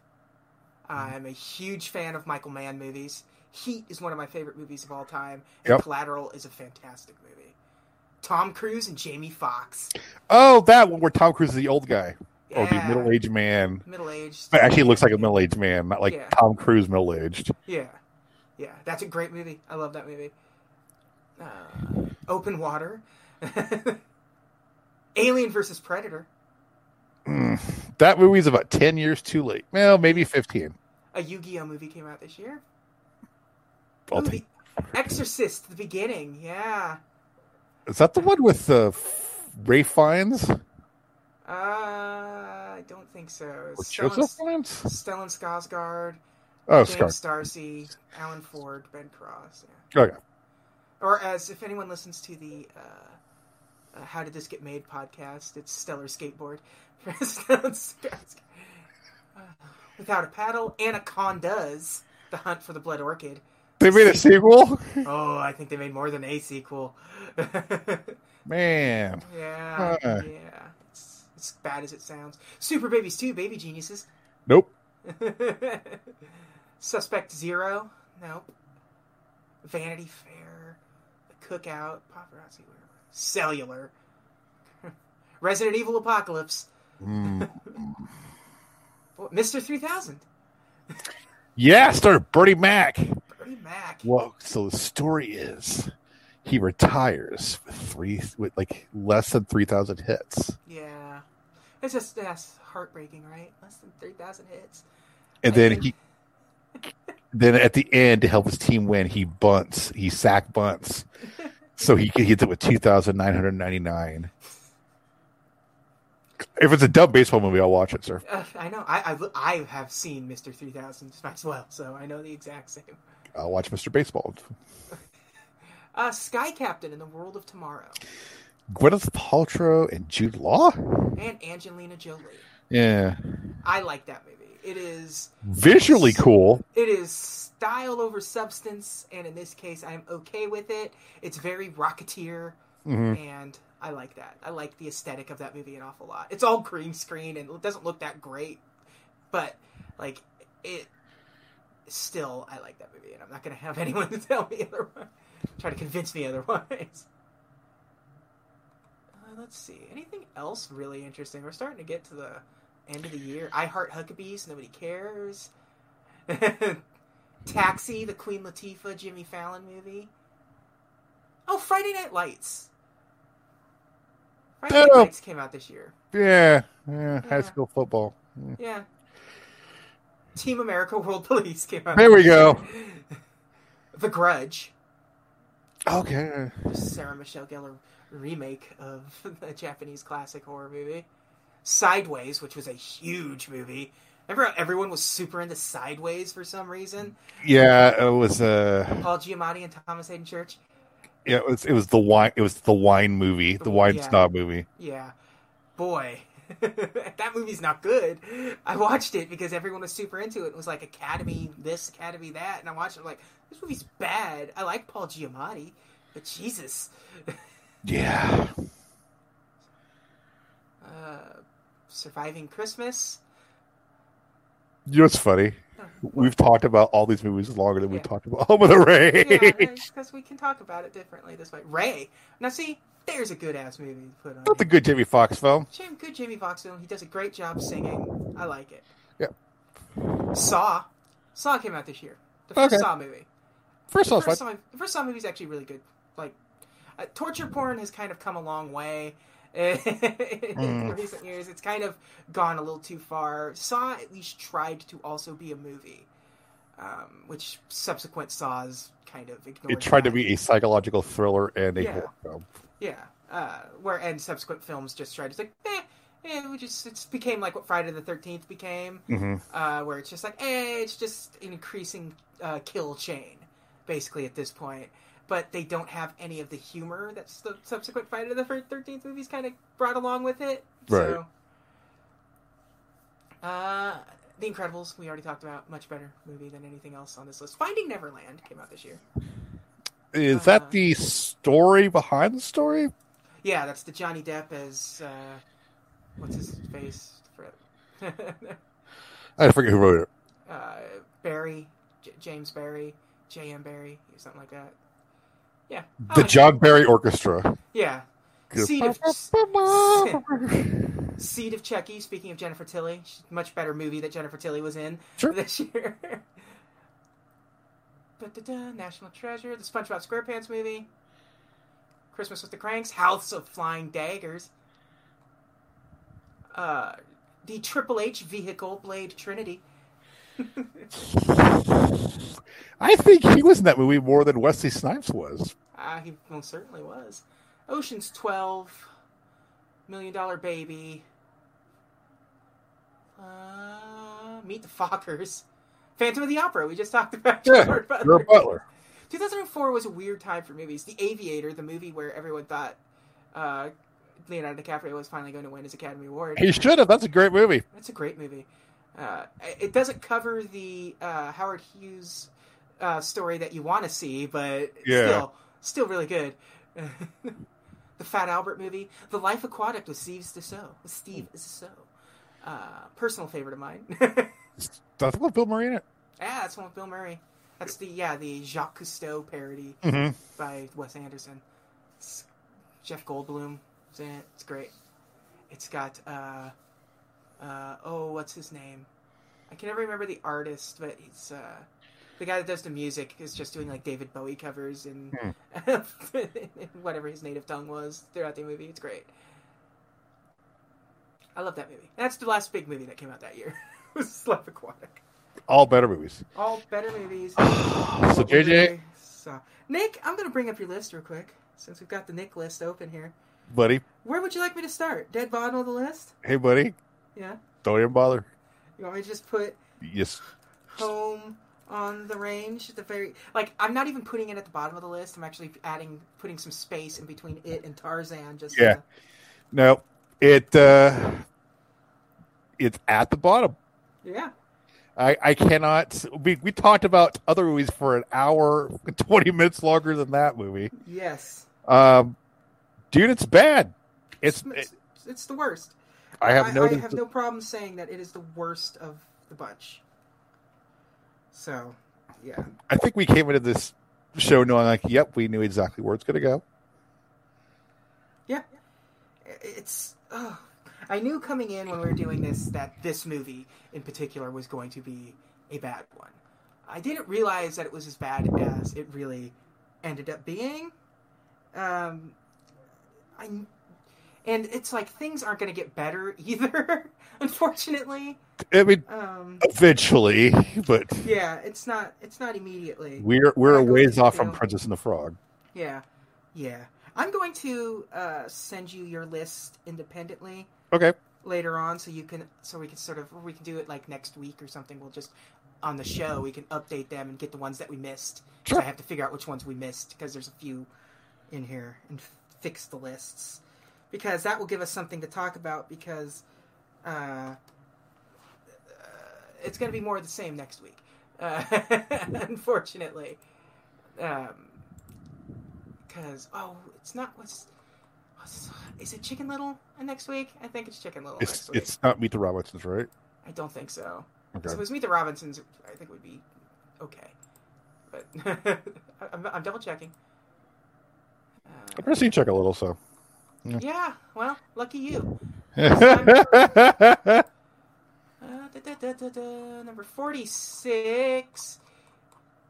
S2: Mm.
S1: I'm a huge fan of Michael Mann movies. Heat is one of my favorite movies of all time. And
S2: Yep.
S1: Collateral is a fantastic movie. Tom Cruise and Jamie Foxx.
S2: Oh, that one where Tom Cruise is the old guy or the
S1: Yeah.
S2: middle aged man.
S1: middle aged.
S2: But actually, looks like a middle aged man, not like
S1: Yeah.
S2: Tom Cruise middle aged.
S1: Yeah, yeah, that's a great movie. I love that movie. Uh, open water, Alien versus Predator.
S2: Hmm. That movie's about 10 years too late. Well, maybe 15.
S1: A Yu-Gi-Oh movie came out this year.
S2: I'll
S1: Ooh,
S2: take.
S1: the Exorcist, the beginning. Yeah.
S2: Is that the one with uh, Ray Fiennes
S1: Uh, I don't think so.
S2: or
S1: Stellan,
S2: Joseph Fiennes?
S1: Stellan Skarsgård,
S2: Oh, Scar.
S1: James Darcy, Alan Ford, Ben Cross. Yeah.
S2: Okay.
S1: Or as if anyone listens to the uh, uh, "How Did This Get Made" podcast, it's Stellar Skateboard. Stellar Skateboard. Uh, Without a paddle, Anacondas: The Hunt for the Blood Orchid.
S2: They made a sequel.
S1: Oh, I think they made more than a sequel.
S2: Man,
S1: yeah,
S2: Huh.
S1: yeah. It's, it's bad as it sounds. Super Babies 2, Baby Geniuses.
S2: nope.
S1: Suspect Zero. Nope. Vanity Fair. The Cookout. Paparazzi. Where? Cellular. Resident Evil Apocalypse.
S2: Mm.
S1: Well, Mr. 3000.
S2: Yeah, started Bernie Mac.
S1: Bernie Mac.
S2: Well, so the story is he retires with three with like less than three thousand hits,
S1: Yeah. It's just that's heartbreaking, right? Less than 3,000 hits.
S2: and then he then at the end to help his team win, he bunts, he sack bunts, so he can hit it with two thousand nine hundred ninety nine. If it's a dumb baseball movie, I'll watch it, sir.
S1: Uh, I know. I, I, I have seen Mr. 3000 as well, so I know the exact same.
S2: I'll watch Mr. Baseball.
S1: Uh, Sky Captain in the World of Tomorrow.
S2: Gwyneth Paltrow and Jude Law.
S1: And Angelina Jolie.
S2: Yeah,
S1: I like that movie. It is
S2: visually cool.
S1: It is style over substance, and in this case, I'm okay with it. It's very Rocketeer,
S2: Mhm.
S1: and I like that. I like the aesthetic of that movie an awful lot. It's all green screen, and it doesn't look that great, but like it. Still, I like that movie, and I'm not going to have anyone to tell me otherwise, try to convince me otherwise. Uh, let's see. Anything else really interesting? We're starting to get to the end of the year. I Heart Huckabees. Nobody cares. Taxi, the Queen Latifah, Jimmy Fallon movie. Oh, Friday Night Lights. Friday Night
S2: Oh.
S1: Lights came out this year.
S2: Yeah, yeah,
S1: Yeah.
S2: high school football.
S1: Yeah. Team America World Police came out.
S2: There we go.
S1: The Grudge,
S2: Okay.
S1: the Sarah Michelle Gellar remake of the Japanese classic horror movie. Sideways, which was a huge movie. Remember, how everyone was super into Sideways for some reason.
S2: Yeah, it was uh
S1: Paul Giamatti and Thomas Hayden Church.
S2: yeah, it was it was the wine it was the wine movie, the wine
S1: Yeah.
S2: snob movie.
S1: Yeah. Boy. that movie's not good. I watched it because everyone was super into it. It was like Academy this, Academy that, and I watched it like this movie's bad. I like Paul Giamatti, but Jesus.
S2: Yeah.
S1: Uh, Surviving Christmas. Uh,
S2: You know what's funny?
S1: Huh.
S2: We've talked about all these movies longer than we
S1: Yeah.
S2: talked about Home of the Ray.
S1: because we can talk about it differently this way. Ray. Now see, there's a good ass movie to put on.
S2: Not the good Jamie Foxx film.
S1: Jim, good Jamie Foxx film. He does a great job singing. I like it.
S2: Yep.
S1: Saw. Saw came out this year. The first
S2: Okay.
S1: Saw movie.
S2: First off,
S1: first
S2: I-
S1: Saw, the first Saw movie is actually really good. Like, uh, torture porn has kind of come a long way in
S2: Mm.
S1: recent years. It's kind of gone a little too far. Saw at least tried to also be a movie, um, which subsequent Saws kind of ignored.
S2: it tried to
S1: that.
S2: be a psychological thriller and a
S1: Yeah.
S2: horror film.
S1: Yeah, uh, where and subsequent films just tried to like, eh, eh, we just it became like what Friday the Thirteenth became,
S2: hmm
S1: uh, where it's just like, eh, it's just an increasing uh, kill chain, basically at this point. But they don't have any of the humor that the subsequent Friday the Thirteenth movies kind of brought along with it. So, uh, The Incredibles, we already talked about, much better movie than anything else on this list. Finding Neverland came out this year.
S2: Is
S1: Uh,
S2: that the story behind the story?
S1: Yeah, that's the Johnny Depp as uh, what's his face for
S2: I forget who wrote it.
S1: uh, Barry, J- James Barry, J.M. Barry, or something like that. Yeah, I
S2: The
S1: like it.
S2: John Barry Orchestra.
S1: Yeah, Seed of- Seed of Chucky. Speaking of Jennifer Tilly, she's a much better movie that Jennifer Tilly was in
S2: Sure.
S1: this year. Da-da-da, National Treasure, the SpongeBob SquarePants movie, Christmas with the Cranks, House of Flying Daggers, uh, the Triple H vehicle Blade Trinity.
S2: I think he was in that movie more than Wesley Snipes was.
S1: Ah, he most certainly was. Ocean's Twelve, Million Dollar Baby, uh, Meet the Fockers, Phantom of the Opera. We just talked about
S2: Yeah,
S1: Gerard Butler.
S2: Gerard Butler.
S1: 2004 was a weird time for movies. The Aviator, the movie where everyone thought uh, Leonardo DiCaprio was finally going to win his Academy Award.
S2: He should have. That's a great movie.
S1: That's a great movie. Uh, it doesn't cover the uh, Howard Hughes uh, story that you want to see, but
S2: Yeah.
S1: still, still really good. the Fat Albert movie, The Life Aquatic with Steve Dassault. With Steve Dassault. Uh, personal favorite of mine. yeah,
S2: That's with Bill Murray in it.
S1: that's one with Bill Murray. That's the yeah the Jacques Cousteau parody
S2: Mhm.
S1: by Wes Anderson. It's Jeff Goldblum is in it. It's great. It's got uh, uh, oh, what's his name? I can never remember the artist, but he's uh, the guy that does the music is just doing like David Bowie covers and whatever his native tongue was throughout the movie. It's great. I love that movie. That's the last big movie that came out that year. was Slap Aquatic.
S2: All better movies.
S1: All better movies.
S2: So JJ,
S1: So, Nick, I'm going to bring up your list real quick since we've got the Nick list open here.
S2: buddy,
S1: Where would you like me to start? Dead bottom of the list?
S2: hey buddy,
S1: Yeah.
S2: don't even bother.
S1: You want me to just put
S2: Yes,
S1: home on the range at the very like I'm not even putting it at the bottom of the list. I'm actually adding putting some space in between it and Tarzan just to-
S2: Yeah. no, it uh, it's at the bottom.
S1: yeah.
S2: I, I cannot. We, we talked about other movies for an hour, and twenty minutes longer than that movie.
S1: Yes.
S2: Um, dude, it's bad. It's.
S1: it's, it's the worst.
S2: I have no.
S1: I have no problem saying that it is the worst of the bunch. So, yeah.
S2: I think we came into this show knowing, like, yep, we knew exactly where it's going to go.
S1: Yeah. It's. Oh. I knew coming in when we were doing this that this movie in particular was going to be a bad one. I didn't realize that it was as bad as it really ended up being. Um, I, and it's like things aren't going to get better either, unfortunately.
S2: I mean,
S1: Um,
S2: eventually, but
S1: yeah, it's not it's not immediately.
S2: we're we're a
S1: Not going
S2: ways
S1: to,
S2: off
S1: you
S2: from
S1: know.
S2: Princess and the Frog.
S1: Yeah, yeah. I'm going to uh, send you your list independently.
S2: Okay,
S1: later on so you can so we can sort of we can do it like next week or something we'll just on the show we can update them and get the ones that we missed 'Cause
S2: Sure.
S1: i have to figure out which ones we missed because there's a few in here and f- fix the lists because that will give us something to talk about because uh, uh it's going to be more of the same next week uh, unfortunately um because oh it's not what's what's- is it Chicken Little next week? I think it's Chicken Little
S2: it's
S1: next week.
S2: it's not Meet the Robinsons, right?
S1: I don't think so. So
S2: Okay,
S1: if it was Meet the Robinsons, I think would be okay. But I'm, I'm double checking.
S2: I've
S1: Uh,
S2: never seen Check a Little, so.
S1: yeah, well, lucky you.
S2: That's
S1: Uh, da, da, da, da, da. Number 46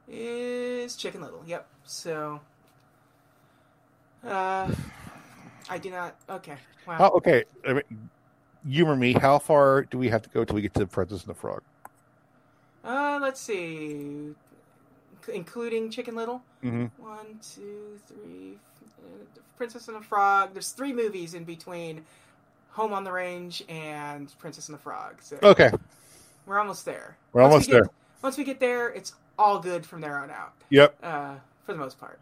S1: is Chicken Little. Yep. So, uh, I do not. Okay. Wow.
S2: How, Oh, okay, I mean, humor me. How far do we have to go till we get to Princess and the Frog?
S1: Uh, let's see. C- Including Chicken Little.
S2: Mm-hmm.
S1: One, two, three. uh, Princess and the Frog. There's three movies in between Home on the Range and Princess and the Frog. So
S2: Okay,
S1: we're almost there.
S2: Oh. We're
S1: Once
S2: almost
S1: we get- Once we get there, it's all good from there on out,
S2: yep.
S1: uh, for the most part.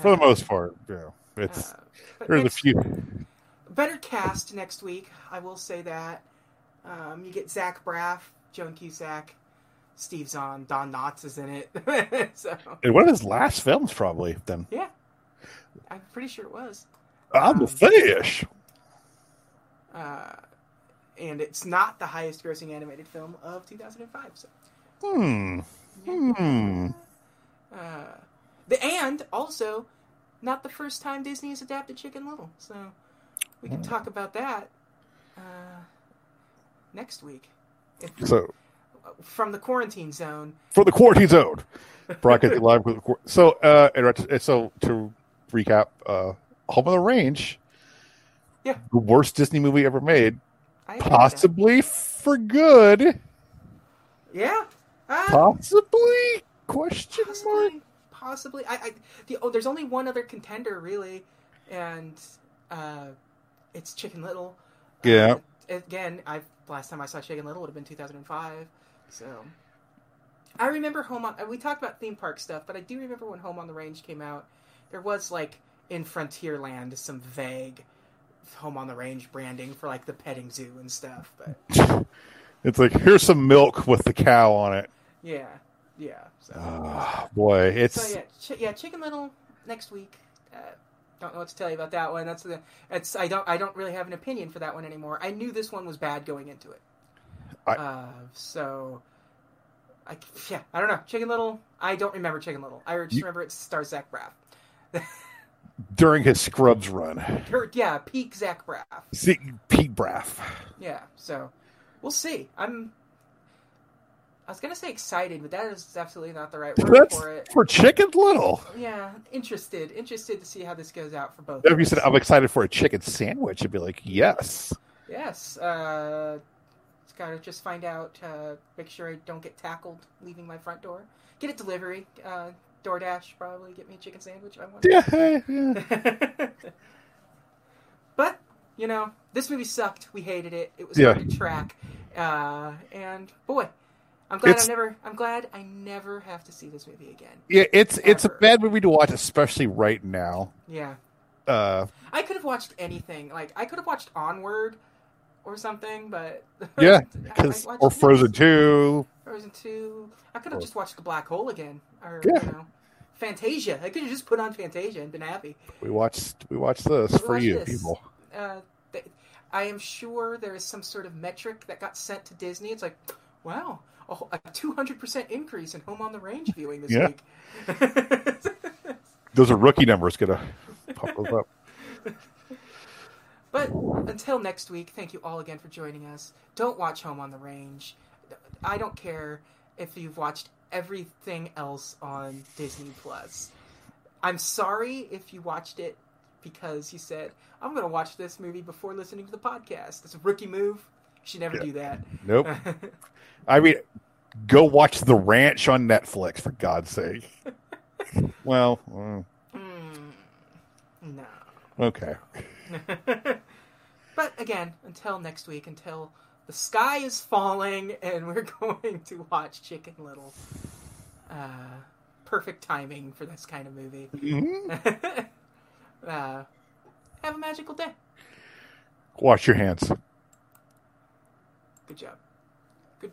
S2: For
S1: Uh,
S2: the most part, yeah. It's
S1: uh, but
S2: there's a
S1: next-
S2: few.
S1: better cast next week. I will say that. Um, you get Zach Braff, Joan Cusack, Steve Zahn, Don Knotts is in it. so
S2: And one of his last films, probably. Then
S1: yeah, I'm pretty sure it was.
S2: I'm a
S1: Um,
S2: fish.
S1: Uh, and it's not the highest-grossing animated film of 2005. So.
S2: Hmm. Hmm.
S1: Uh, the and also not the first time Disney has adapted Chicken Little, so we can talk about that uh, next week. If,
S2: So
S1: from the quarantine zone,
S2: for the quarantine zone, broadcasting live. With the quar- so, uh, and so to recap, uh, Home on the Range.
S1: Yeah.
S2: The worst Disney movie ever made,
S1: I agree with that.
S2: possibly for good.
S1: Yeah, Ah,
S2: Possibly? Question mark.
S1: possibly, possibly. I, I the, oh, there's only one other contender really, and uh, it's Chicken Little.
S2: Yeah.
S1: Uh, again, I last time I saw Chicken Little would have been 2005. So I remember Home on. We talked about theme park stuff, but I do remember when Home on the Range came out. There was like in Frontierland some vague Home on the Range branding for like the petting zoo and stuff, but.
S2: It's like here's some milk with the cow on it.
S1: Yeah, yeah. So,
S2: Oh, boy, it's
S1: so yeah, chi- yeah, Chicken Little next week. Uh, don't know what to tell you about that one. That's the. It's I don't I don't really have an opinion for that one anymore. I knew this one was bad going into it.
S2: I-
S1: uh, so, I yeah I don't know Chicken Little. I don't remember Chicken Little. I just
S2: You-
S1: remember it's star Zach Braff.
S2: during his Scrubs run.
S1: Or, yeah, peak Zach Braff.
S2: See, Pete Braff.
S1: Yeah. So, we'll see. I'm. I was gonna say excited, but that is absolutely not the right word
S2: That's
S1: for it.
S2: for Chicken Little.
S1: Yeah, interested. Interested to see how this goes out for both.
S2: If you
S1: of
S2: said
S1: us.
S2: I'm excited for a chicken sandwich, I'd be like, yes.
S1: yes, uh, just gotta just find out. Uh, make sure I don't get tackled leaving my front door. Get it delivery. Uh, DoorDash probably get me a chicken sandwich if I want.
S2: Yeah, hey, yeah.
S1: but you know, this movie sucked. We hated it. It was
S2: Yeah.
S1: hard to track. Uh, and boy, I'm glad
S2: It's-
S1: I never. I'm glad I never have to see this movie again.
S2: yeah. It's it's a
S1: Ever.
S2: bad movie to watch, especially right now.
S1: Yeah.
S2: Uh,
S1: I could have watched anything. Like I could have watched Onward or something, but
S2: Yeah,
S1: I- I
S2: 'cause-
S1: watched
S2: or
S1: this,
S2: Frozen Two.
S1: Frozen Two. I could
S2: Or-
S1: have just watched The Black Hole again, or
S2: Yeah.
S1: you know, Fantasia. I could have just put on Fantasia and been happy.
S2: We watched we watched this
S1: We
S2: for
S1: watched
S2: you
S1: this.
S2: people.
S1: Uh, th- I am sure there is some sort of metric that got sent to Disney. It's like, wow, a wh- a two hundred percent increase in Home on the Range viewing this
S2: Yeah.
S1: week.
S2: Those are rookie numbers. Gonna pop those up.
S1: But until next week, thank you all again for joining us. Don't watch Home on the Range. I don't care if you've watched everything else on Disney Plus. I'm sorry if you watched it because you said, I'm going to watch this movie before listening to the podcast. It's a rookie move. You should never
S2: Yeah.
S1: do that.
S2: Nope. I mean, go watch The Ranch on Netflix for God's sake. well, mm,
S1: Mm, no.
S2: okay.
S1: but again, until next week, until the sky is falling and we're going to watch Chicken Little. Uh, perfect timing for this kind of movie.
S2: Mhm.
S1: uh, have a magical day.
S2: Wash your hands.
S1: Good job.